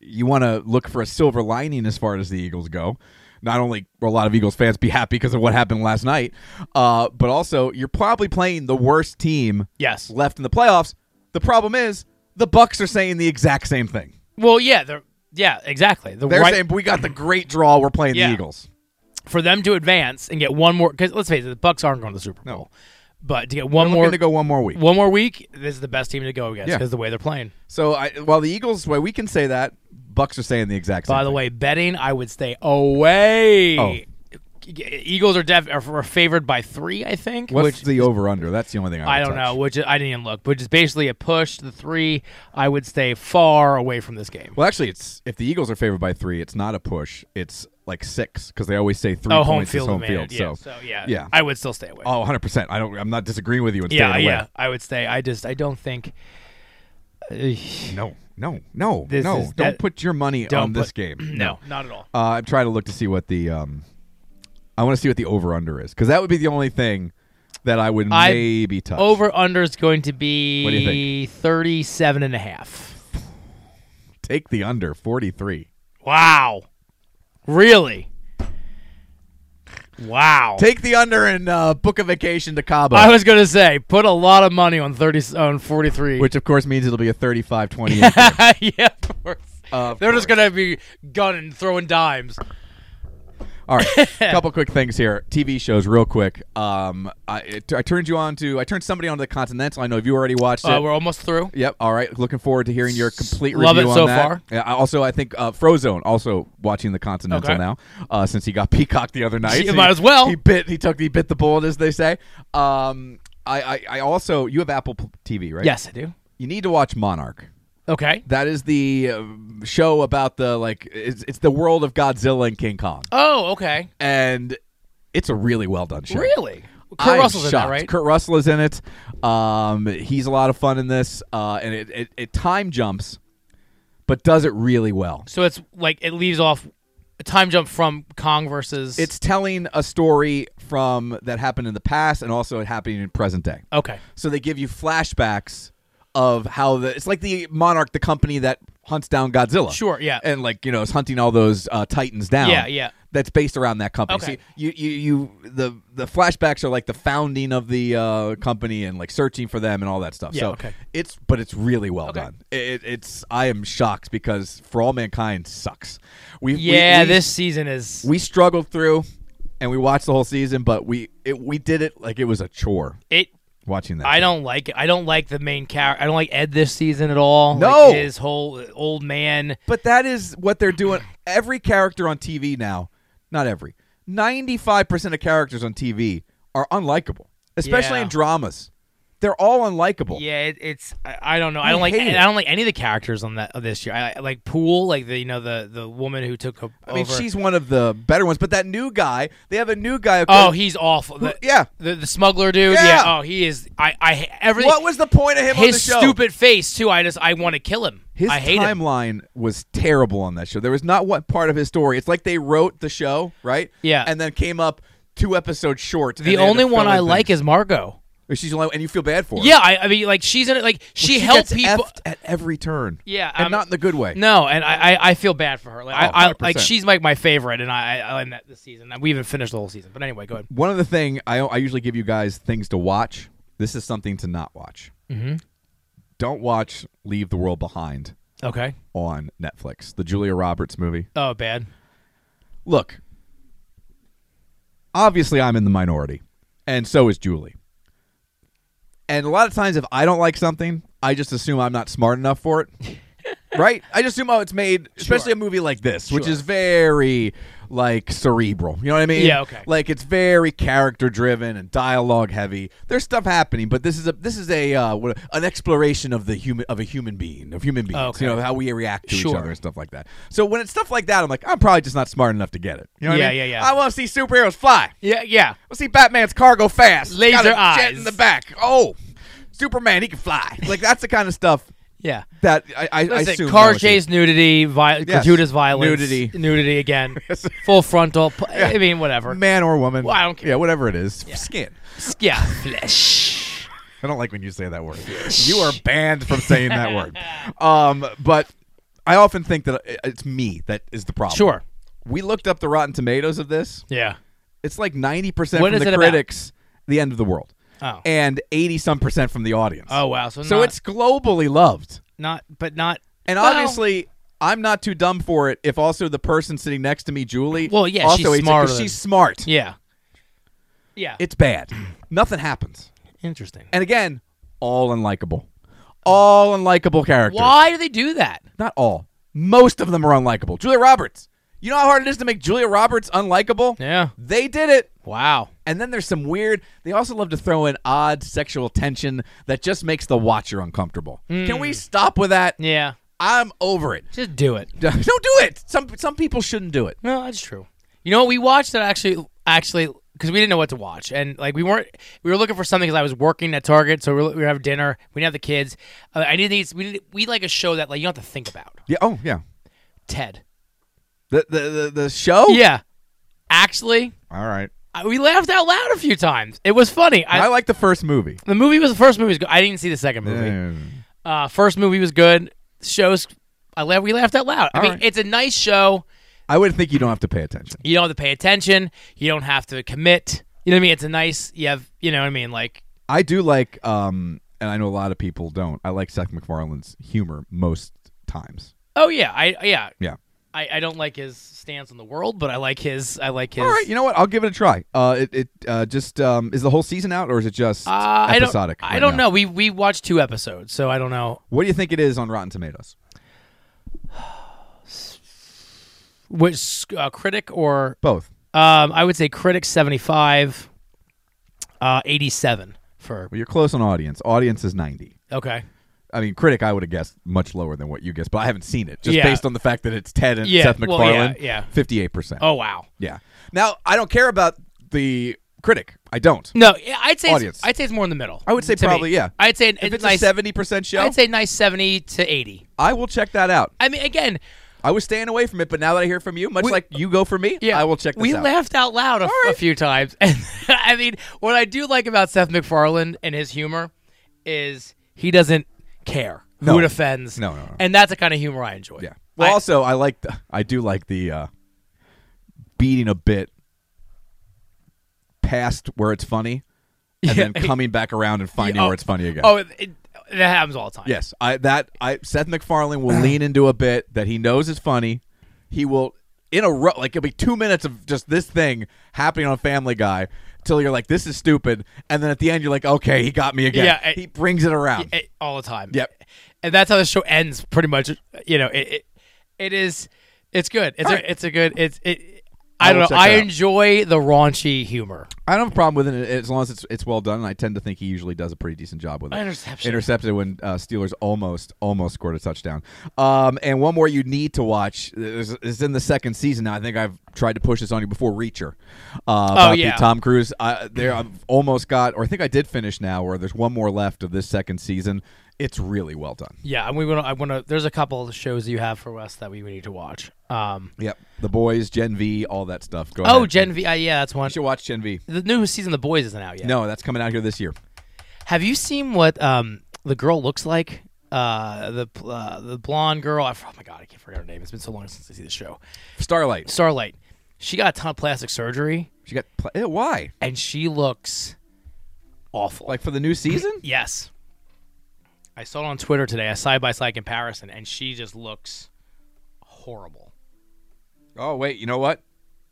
A: you want to look for a silver lining as far as the Eagles go. Not only will a lot of Eagles fans be happy because of what happened last night, uh, but also you're probably playing the worst team
B: Yes.
A: left in the playoffs. The problem is the Bucks are saying the exact same thing.
B: Well, yeah, they're yeah, exactly. The
A: They're
B: right
A: saying we got the great draw. We're playing
B: Yeah.
A: the Eagles.
B: for them to advance and get one more because let's face it, the Bucks aren't going to the Super Bowl, but to get one more
A: We're going to go one more week.
B: one more week, this is the best team to go against
A: Yeah.
B: because the way they're playing.
A: So I, while the Eagles, well, we can say that Bucks are saying the exact same.
B: By the
A: thing.
B: way, betting I would stay away.
A: Oh.
B: Eagles are def are, are favored by three, I think.
A: What's
B: which
A: the over under? That's the only thing I,
B: I
A: would
B: don't
A: touch.
B: know. Which is, I didn't even look, which is basically a push. to The three, I would stay far away from this game.
A: Well, actually, it's if the Eagles are favored by three, it's not a push. It's like six because they always say three
B: Oh, home
A: points
B: field
A: is home
B: advantage.
A: field.
B: Yeah,
A: So,
B: so, yeah,
A: yeah.
B: I would still stay away.
A: oh, 100 percent. I don't. I'm not disagreeing with you. And
B: yeah,
A: staying
B: yeah, I would stay. I just, I don't think.
A: away. No, no, no,
B: This
A: no.
B: is-
A: don't
B: that-
A: put your money
B: Don't
A: on this
B: put-
A: game.
B: No, not at all.
A: Uh, I'm trying to look to see what the um, I want to see what the over under is because that would be the only thing that I would
B: I-
A: maybe touch.
B: Over under is going to be
A: What do you
B: 37 and a half.
A: take the under 43.
B: Wow. Really? Wow.
A: Take the under and uh, book a vacation to Cabo,
B: I was going to say put a lot of money on 30 on 43.
A: which of course means it'll be a 35-20.
B: yeah, of course.
A: Of
B: They're just going to be gunning throwing dimes.
A: All right, a couple quick things here. TV shows, real quick. Um, I, it, I turned you on to. I turned somebody on to the Continental. I know if you already watched it.
B: Uh, we're almost through.
A: Yep. All right. Looking forward to hearing your complete
B: Love
A: review
B: it
A: on
B: so
A: that.
B: far.
A: Yeah, I also, I think uh, Frozone also watching the Continental
B: Okay.
A: now uh, since he got Peacock the other night.
B: You might as well.
A: He bit. He took. He bit the bullet, as they say. Um, I, I, I also. You have Apple P- TV, right?
B: Yes, I do.
A: You need to watch Monarch.
B: Okay.
A: That is the uh, show about the like. It's, it's the world of Godzilla and King Kong,
B: Oh, okay.
A: and it's a really well done show.
B: Really? Kurt
A: I'm
B: Russell's in that,
A: shocked.
B: right?
A: Kurt Russell is in it. Um, he's a lot of fun in this, uh, and it, it, it time jumps, but does it really well.
B: so it's like it leaves off a time jump from Kong versus
A: It's telling a story from that happened in the past and also it happening in present day.
B: Okay.
A: So they give you flashbacks of how the it's like the Monarch, the company that hunts down Godzilla.
B: Sure, yeah.
A: and like you know is hunting all those uh, titans down.
B: Yeah, yeah.
A: That's based around that company.
B: Okay.
A: So you, you, you, the the flashbacks are like the founding of the uh, company and like searching for them and all that stuff.
B: Yeah,
A: so
B: okay.
A: it's, but it's really well done. It, it's, I am shocked because For All Mankind sucks. We, we-
B: Yeah,
A: we-
B: this season is
A: we struggled through, and we watched the whole season, but we, it, we did it like it was a chore
B: it.
A: watching that.
B: I don't like it. I don't like the main character. I don't like Ed this season at all. Like,
A: No.
B: his whole old man.
A: But that is what they're doing. Every character on TV now, not every, 95% of characters on TV are unlikable, especially
B: Yeah.
A: in dramas. They're all unlikable.
B: Yeah, it, it's. I, I don't know. I, don't like.
A: hate it.
B: I don't like any of the characters on that of this year. I, I like Pool, like the you know the the woman who took. o-
A: I mean,
B: over.
A: she's one of the better ones, but that new guy, they have a new guy. who
B: Oh,
A: could-
B: he's awful. The,
A: yeah.
B: the, the smuggler dude.
A: Yeah.
B: Oh, he is. I I everything.
A: What was the point of him on the
B: his
A: show?
B: stupid face too? I just I want to kill him.
A: his
B: I hate him.
A: timeline was terrible on that show. There was not one part of his story. It's like they wrote the show, right?
B: Yeah.
A: And then came up two episodes short. and
B: The
A: they had to
B: only one
A: fill in
B: I like
A: things.
B: is Margot.
A: she's the only, and you feel bad for her.
B: Yeah, I, I mean, like she's in it. Like she,
A: She
B: helped
A: gets
B: people.
A: effed at every turn.
B: Yeah,
A: and
B: I'm-
A: not in the good way.
B: No, and I, I, I feel bad for her. Like
A: Oh,
B: I, I
A: 100%.
B: like she's like my favorite, and I I, I like that this season. We even finished the whole season, but anyway, go ahead.
A: One other thing, I I usually give you guys things to watch. This is something to not watch. Mm-hmm. Don't watch Leave the World Behind
B: Okay.
A: on Netflix, the Julia Roberts movie.
B: Oh, bad.
A: Look, obviously I'm in the minority, and so is Julie. And a lot of times, if I don't like something, I just assume I'm not smart enough for it. right? I just assume, oh, it's made, especially a movie like this, which
B: Sure.
A: is very like cerebral. You know what I mean?
B: Yeah, okay.
A: Like it's very character driven and dialogue heavy. There's stuff happening, but this is a this is a uh, what, an exploration of the human of a human being of human beings.
B: Okay.
A: You know how we react to each
B: Sure.
A: other and stuff like that. So when it's stuff like that, I'm like, I'm probably just not smart enough to get it. You know what
B: Yeah,
A: I mean?
B: yeah, yeah.
A: I want to see superheroes fly.
B: Yeah,
A: I
B: yeah.
A: want to see Batman's car go fast. He's got
B: Laser
A: a jet
B: eyes.
A: in the back. Oh, Superman, he can fly. Like that's the kind of stuff
B: Yeah.
A: that I, I, I
B: Listen,
A: assume.
B: car
A: Melissa-
B: chase, nudity, vi- gratuitous violence,
A: Nudity.
B: nudity again, full frontal. p- I mean, whatever.
A: man or woman.
B: Well, I don't care.
A: Yeah, whatever it is, skin.
B: Yeah, flesh.
A: I don't like when you say that word. You are banned from saying that word. Um, but I often think that it- it's me that is the problem.
B: Sure.
A: We looked up the Rotten Tomatoes of this.
B: Yeah.
A: It's like 90%
B: What
A: from
B: is
A: the
B: it about?
A: critics, the end of the world.
B: Oh.
A: And 80 some percent from the audience.
B: Oh wow. So,
A: So
B: not,
A: it's globally loved.
B: not, but not.
A: And
B: well,
A: obviously, I'm not too dumb for it if also the person sitting next to me, Julie,
B: Well, yeah,
A: also
B: she's
A: hates it 'cause
B: smarter than-
A: she's smart.
B: Yeah. Yeah.
A: It's bad. Nothing happens.
B: interesting.
A: And again, all unlikable. All unlikable characters.
B: Why do they do that?
A: Not all. Most of them are unlikable. Julia Roberts. You know how hard it is to make Julia Roberts unlikable?
B: Yeah.
A: They did it.
B: Wow.
A: And then there's some weird. They also love to throw in odd sexual tension that just makes the watcher uncomfortable. Can we stop with that?
B: Hmm. Yeah.
A: I'm over it.
B: Just do it.
A: Don't do it. Some some people shouldn't do it.
B: No, that's true. You know what we watched that actually actually because we didn't know what to watch and like we weren't we were looking for something because I was working at Target so we were, we were having dinner we didn't have the kids uh, I needed these we needed, we like a show that like you don't have to think about
A: Yeah. Oh yeah.
B: Ted
A: The the the, the show.
B: yeah actually
A: All right.
B: I, we laughed out loud a few times it was funny
A: I,
B: I,
A: like the first movie.
B: the movie was the first movie was good I didn't see the second movie uh, first movie was good shows I laughed we laughed out loud I mean
A: right.
B: it's a nice show
A: I would think you don't have to pay attention.
B: you don't have to pay attention you don't have to commit you know what I mean it's a nice you have you know what I mean like
A: I do like, um, and I know a lot of people don't. I like Seth MacFarlane's humor most times.
B: Oh yeah, I yeah.
A: Yeah.
B: I, I don't like his stance on the world, but I like his I like his.
A: All right, you know what? I'll give it a try. Uh, it, it uh, just um, is the whole season out, or is it just
B: Uh, I don't.
A: episodic?
B: I
A: right
B: don't
A: now?
B: know. We we watched two episodes, so I don't know.
A: What do you think it is on Rotten Tomatoes?
B: Which uh, critic or
A: Both.
B: um, I would say critic seventy five, uh, eighty seven for
A: Well, you're close on audience. Audience is 90.
B: okay.
A: I mean, critic, I would have guessed much lower than what you guessed, but I haven't seen it just
B: Yeah.
A: based on the fact that it's Ted and
B: Yeah,
A: Seth
B: well, yeah,
A: MacFarlane.
B: yeah.
A: 58%.
B: Oh wow.
A: yeah. Now I don't care about the critic. I don't.
B: No, yeah, I'd say
A: Audience.
B: It's, I'd say it's more in the middle.
A: I would say
B: to me.
A: probably, yeah.
B: I'd say
A: If
B: it's
A: it's
B: nice.
A: a 70% show,
B: I'd say nice seventy to eighty.
A: I will check that out.
B: I mean, again,
A: I was staying away from it, but now that I hear from you, much
B: We-
A: like you go for me,
B: Yeah,
A: I will check this
B: we
A: out.
B: laughed out loud a, a few times, and I mean, what I do like about Seth MacFarlane and his humor is he doesn't care
A: No.
B: who it offends.
A: No, no, no.
B: and that's the kind of humor I enjoy.
A: Yeah. Well,
B: I-
A: also I like the, I do like the uh, beating a bit past where it's funny, and then coming back around and finding
B: oh,
A: where it's funny again.
B: Oh, it, it- that happens all the time.
A: yes, I that I Seth MacFarlane will lean into a bit that he knows is funny. He will in a row like it'll be two minutes of just this thing happening on Family Guy till you're like this is stupid, and then at the end you're like okay he got me again.
B: Yeah, it-
A: he brings it around.
B: It- all the time.
A: Yep.
B: and that's how the show ends. Pretty much, you know, it it, it is. It's good. It's
A: right.
B: a it's a good. It's it.
A: I
B: I
A: will
B: don't know.
A: check
B: I
A: that out.
B: enjoy the raunchy humor.
A: I don't have a problem with it as long as it's it's well done. And I tend to think he usually does a pretty decent job with it.
B: Interception.
A: intercepted when uh, Steelers almost almost scored a touchdown. Um, and one more you need to watch is, is in the second season. Now I think I've tried to push this on you before. Reacher, uh, about
B: Oh, yeah.
A: the Tom Cruise. I, there I've almost got, or I think I did finish now. Or there's one more left of this second season. It's really well done.
B: Yeah, and we want. I want to. There's a couple of shows you have for us that we need to watch. Um.
A: Yep, the boys, Gen V, all that stuff. Go
B: Oh,
A: ahead.
B: Gen V. Uh, yeah, that's one.
A: You should watch Gen V.
B: The new season of The Boys isn't out yet.
A: No, that's coming out here this year.
B: Have you seen what um the girl looks like? Uh, the uh, the blonde girl. I, oh my god, I can't forget her name. It's been so long since I see the show.
A: Starlight.
B: Starlight. She got a ton of plastic surgery,
A: She got pla- eh, why?
B: and she looks awful.
A: Like for the new season?
B: yes. I saw it on Twitter today. A side by side comparison, and she just looks horrible.
A: Oh wait, you know what?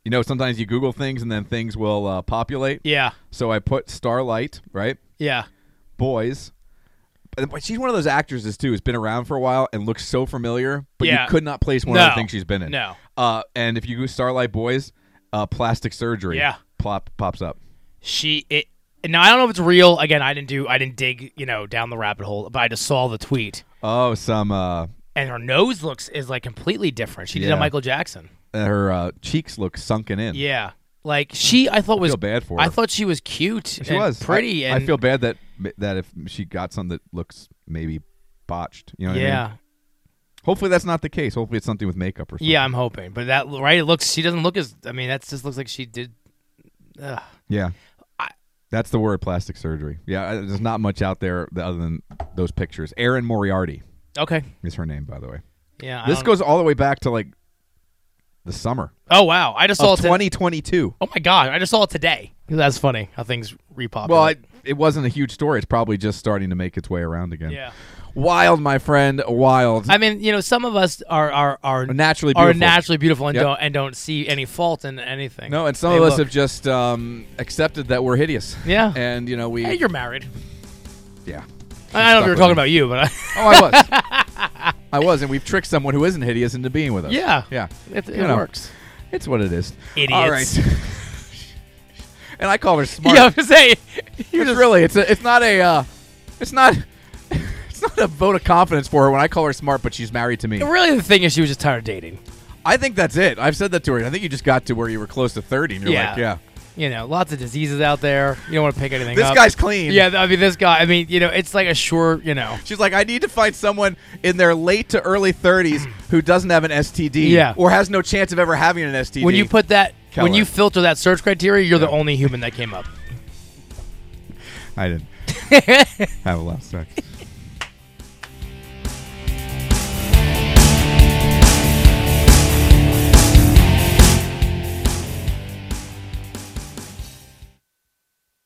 A: You know, sometimes you Google things and then things will uh, populate.
B: Yeah.
A: So I put Starlight, right?
B: Yeah.
A: Boys. But but she's one of those actresses too, who's been around for a while and looks so familiar, but
B: Yeah.
A: you could not place one of
B: No.
A: the things she's been in.
B: No.
A: Uh, and if you Google Starlight Boys, uh, plastic surgery,
B: Yeah.
A: plop pops up.
B: she it now I don't know if it's real. Again, I didn't do I didn't dig, you know, down the rabbit hole, but I just saw the tweet.
A: Oh, some uh,
B: And her nose looks is like completely different. She did a
A: Yeah.
B: Michael Jackson.
A: her uh, cheeks look sunken in.
B: Yeah. Like she I thought was
A: feel bad for
B: I
A: her.
B: thought she was cute.
A: she
B: and
A: was
B: pretty
A: I,
B: and
A: I feel bad that that if she got some that looks maybe botched. You know what I mean?
B: Yeah.
A: Hopefully that's not the case. Hopefully it's something with makeup or something.
B: Yeah, I'm hoping. But that right, it looks she doesn't look as I mean, that just looks like she did
A: Yeah. That's the word plastic surgery. Yeah, I- there's not much out there th- other than those pictures. Erin Moriarty
B: Okay.
A: is her name, by the way.
B: Yeah. I
A: This
B: don't-
A: goes all the way back to like the summer
B: Oh wow. I just saw
A: of
B: it to-
A: 2022.
B: Oh my god, I just saw it today. That's funny how things repopulate.
A: Well, it, it wasn't a huge story. It's probably just starting to make its way around again.
B: yeah.
A: Wild, my friend. Wild.
B: I mean, you know, some of us are are are
A: naturally
B: are
A: beautiful.
B: naturally beautiful and
A: Yep.
B: don't and don't see any fault in anything.
A: no, and some
B: They
A: of us
B: look-
A: have just um, accepted that we're hideous.
B: Yeah.
A: And, you know, we.
B: Hey, you're married.
A: yeah.
B: I I don't know
A: stuck with
B: if you're talking
A: me.
B: about you, but I,
A: Oh, I was. I was, and we've tricked someone who isn't hideous into being with us.
B: Yeah.
A: yeah,
B: It, it
A: You know,
B: works.
A: It's what it is.
B: Idiots.
A: All right. and I call her smart.
B: Yeah, I was gonna say.
A: It's really it's a, it's not a uh, it's not it's not a vote of confidence for her when I call her smart, but she's married to me.
B: Really, the thing is, she was just tired of dating.
A: I think that's it. I've said that to her. I think you just got to where you were close to thirty. And you're
B: Yeah.
A: like, yeah,
B: You know, lots of diseases out there. You don't want to pick anything
A: this
B: up.
A: guy's clean.
B: Yeah, I mean, this guy. I mean, you know, it's like a sure. You know.
A: She's like, I need to find someone in their late to early 30s who doesn't have an STD
B: Yeah.
A: or has no chance of ever having an STD.
B: When you put that, when
A: Keller.
B: you filter that search criteria, you're the only human that came up.
A: I didn't have a lot of sex.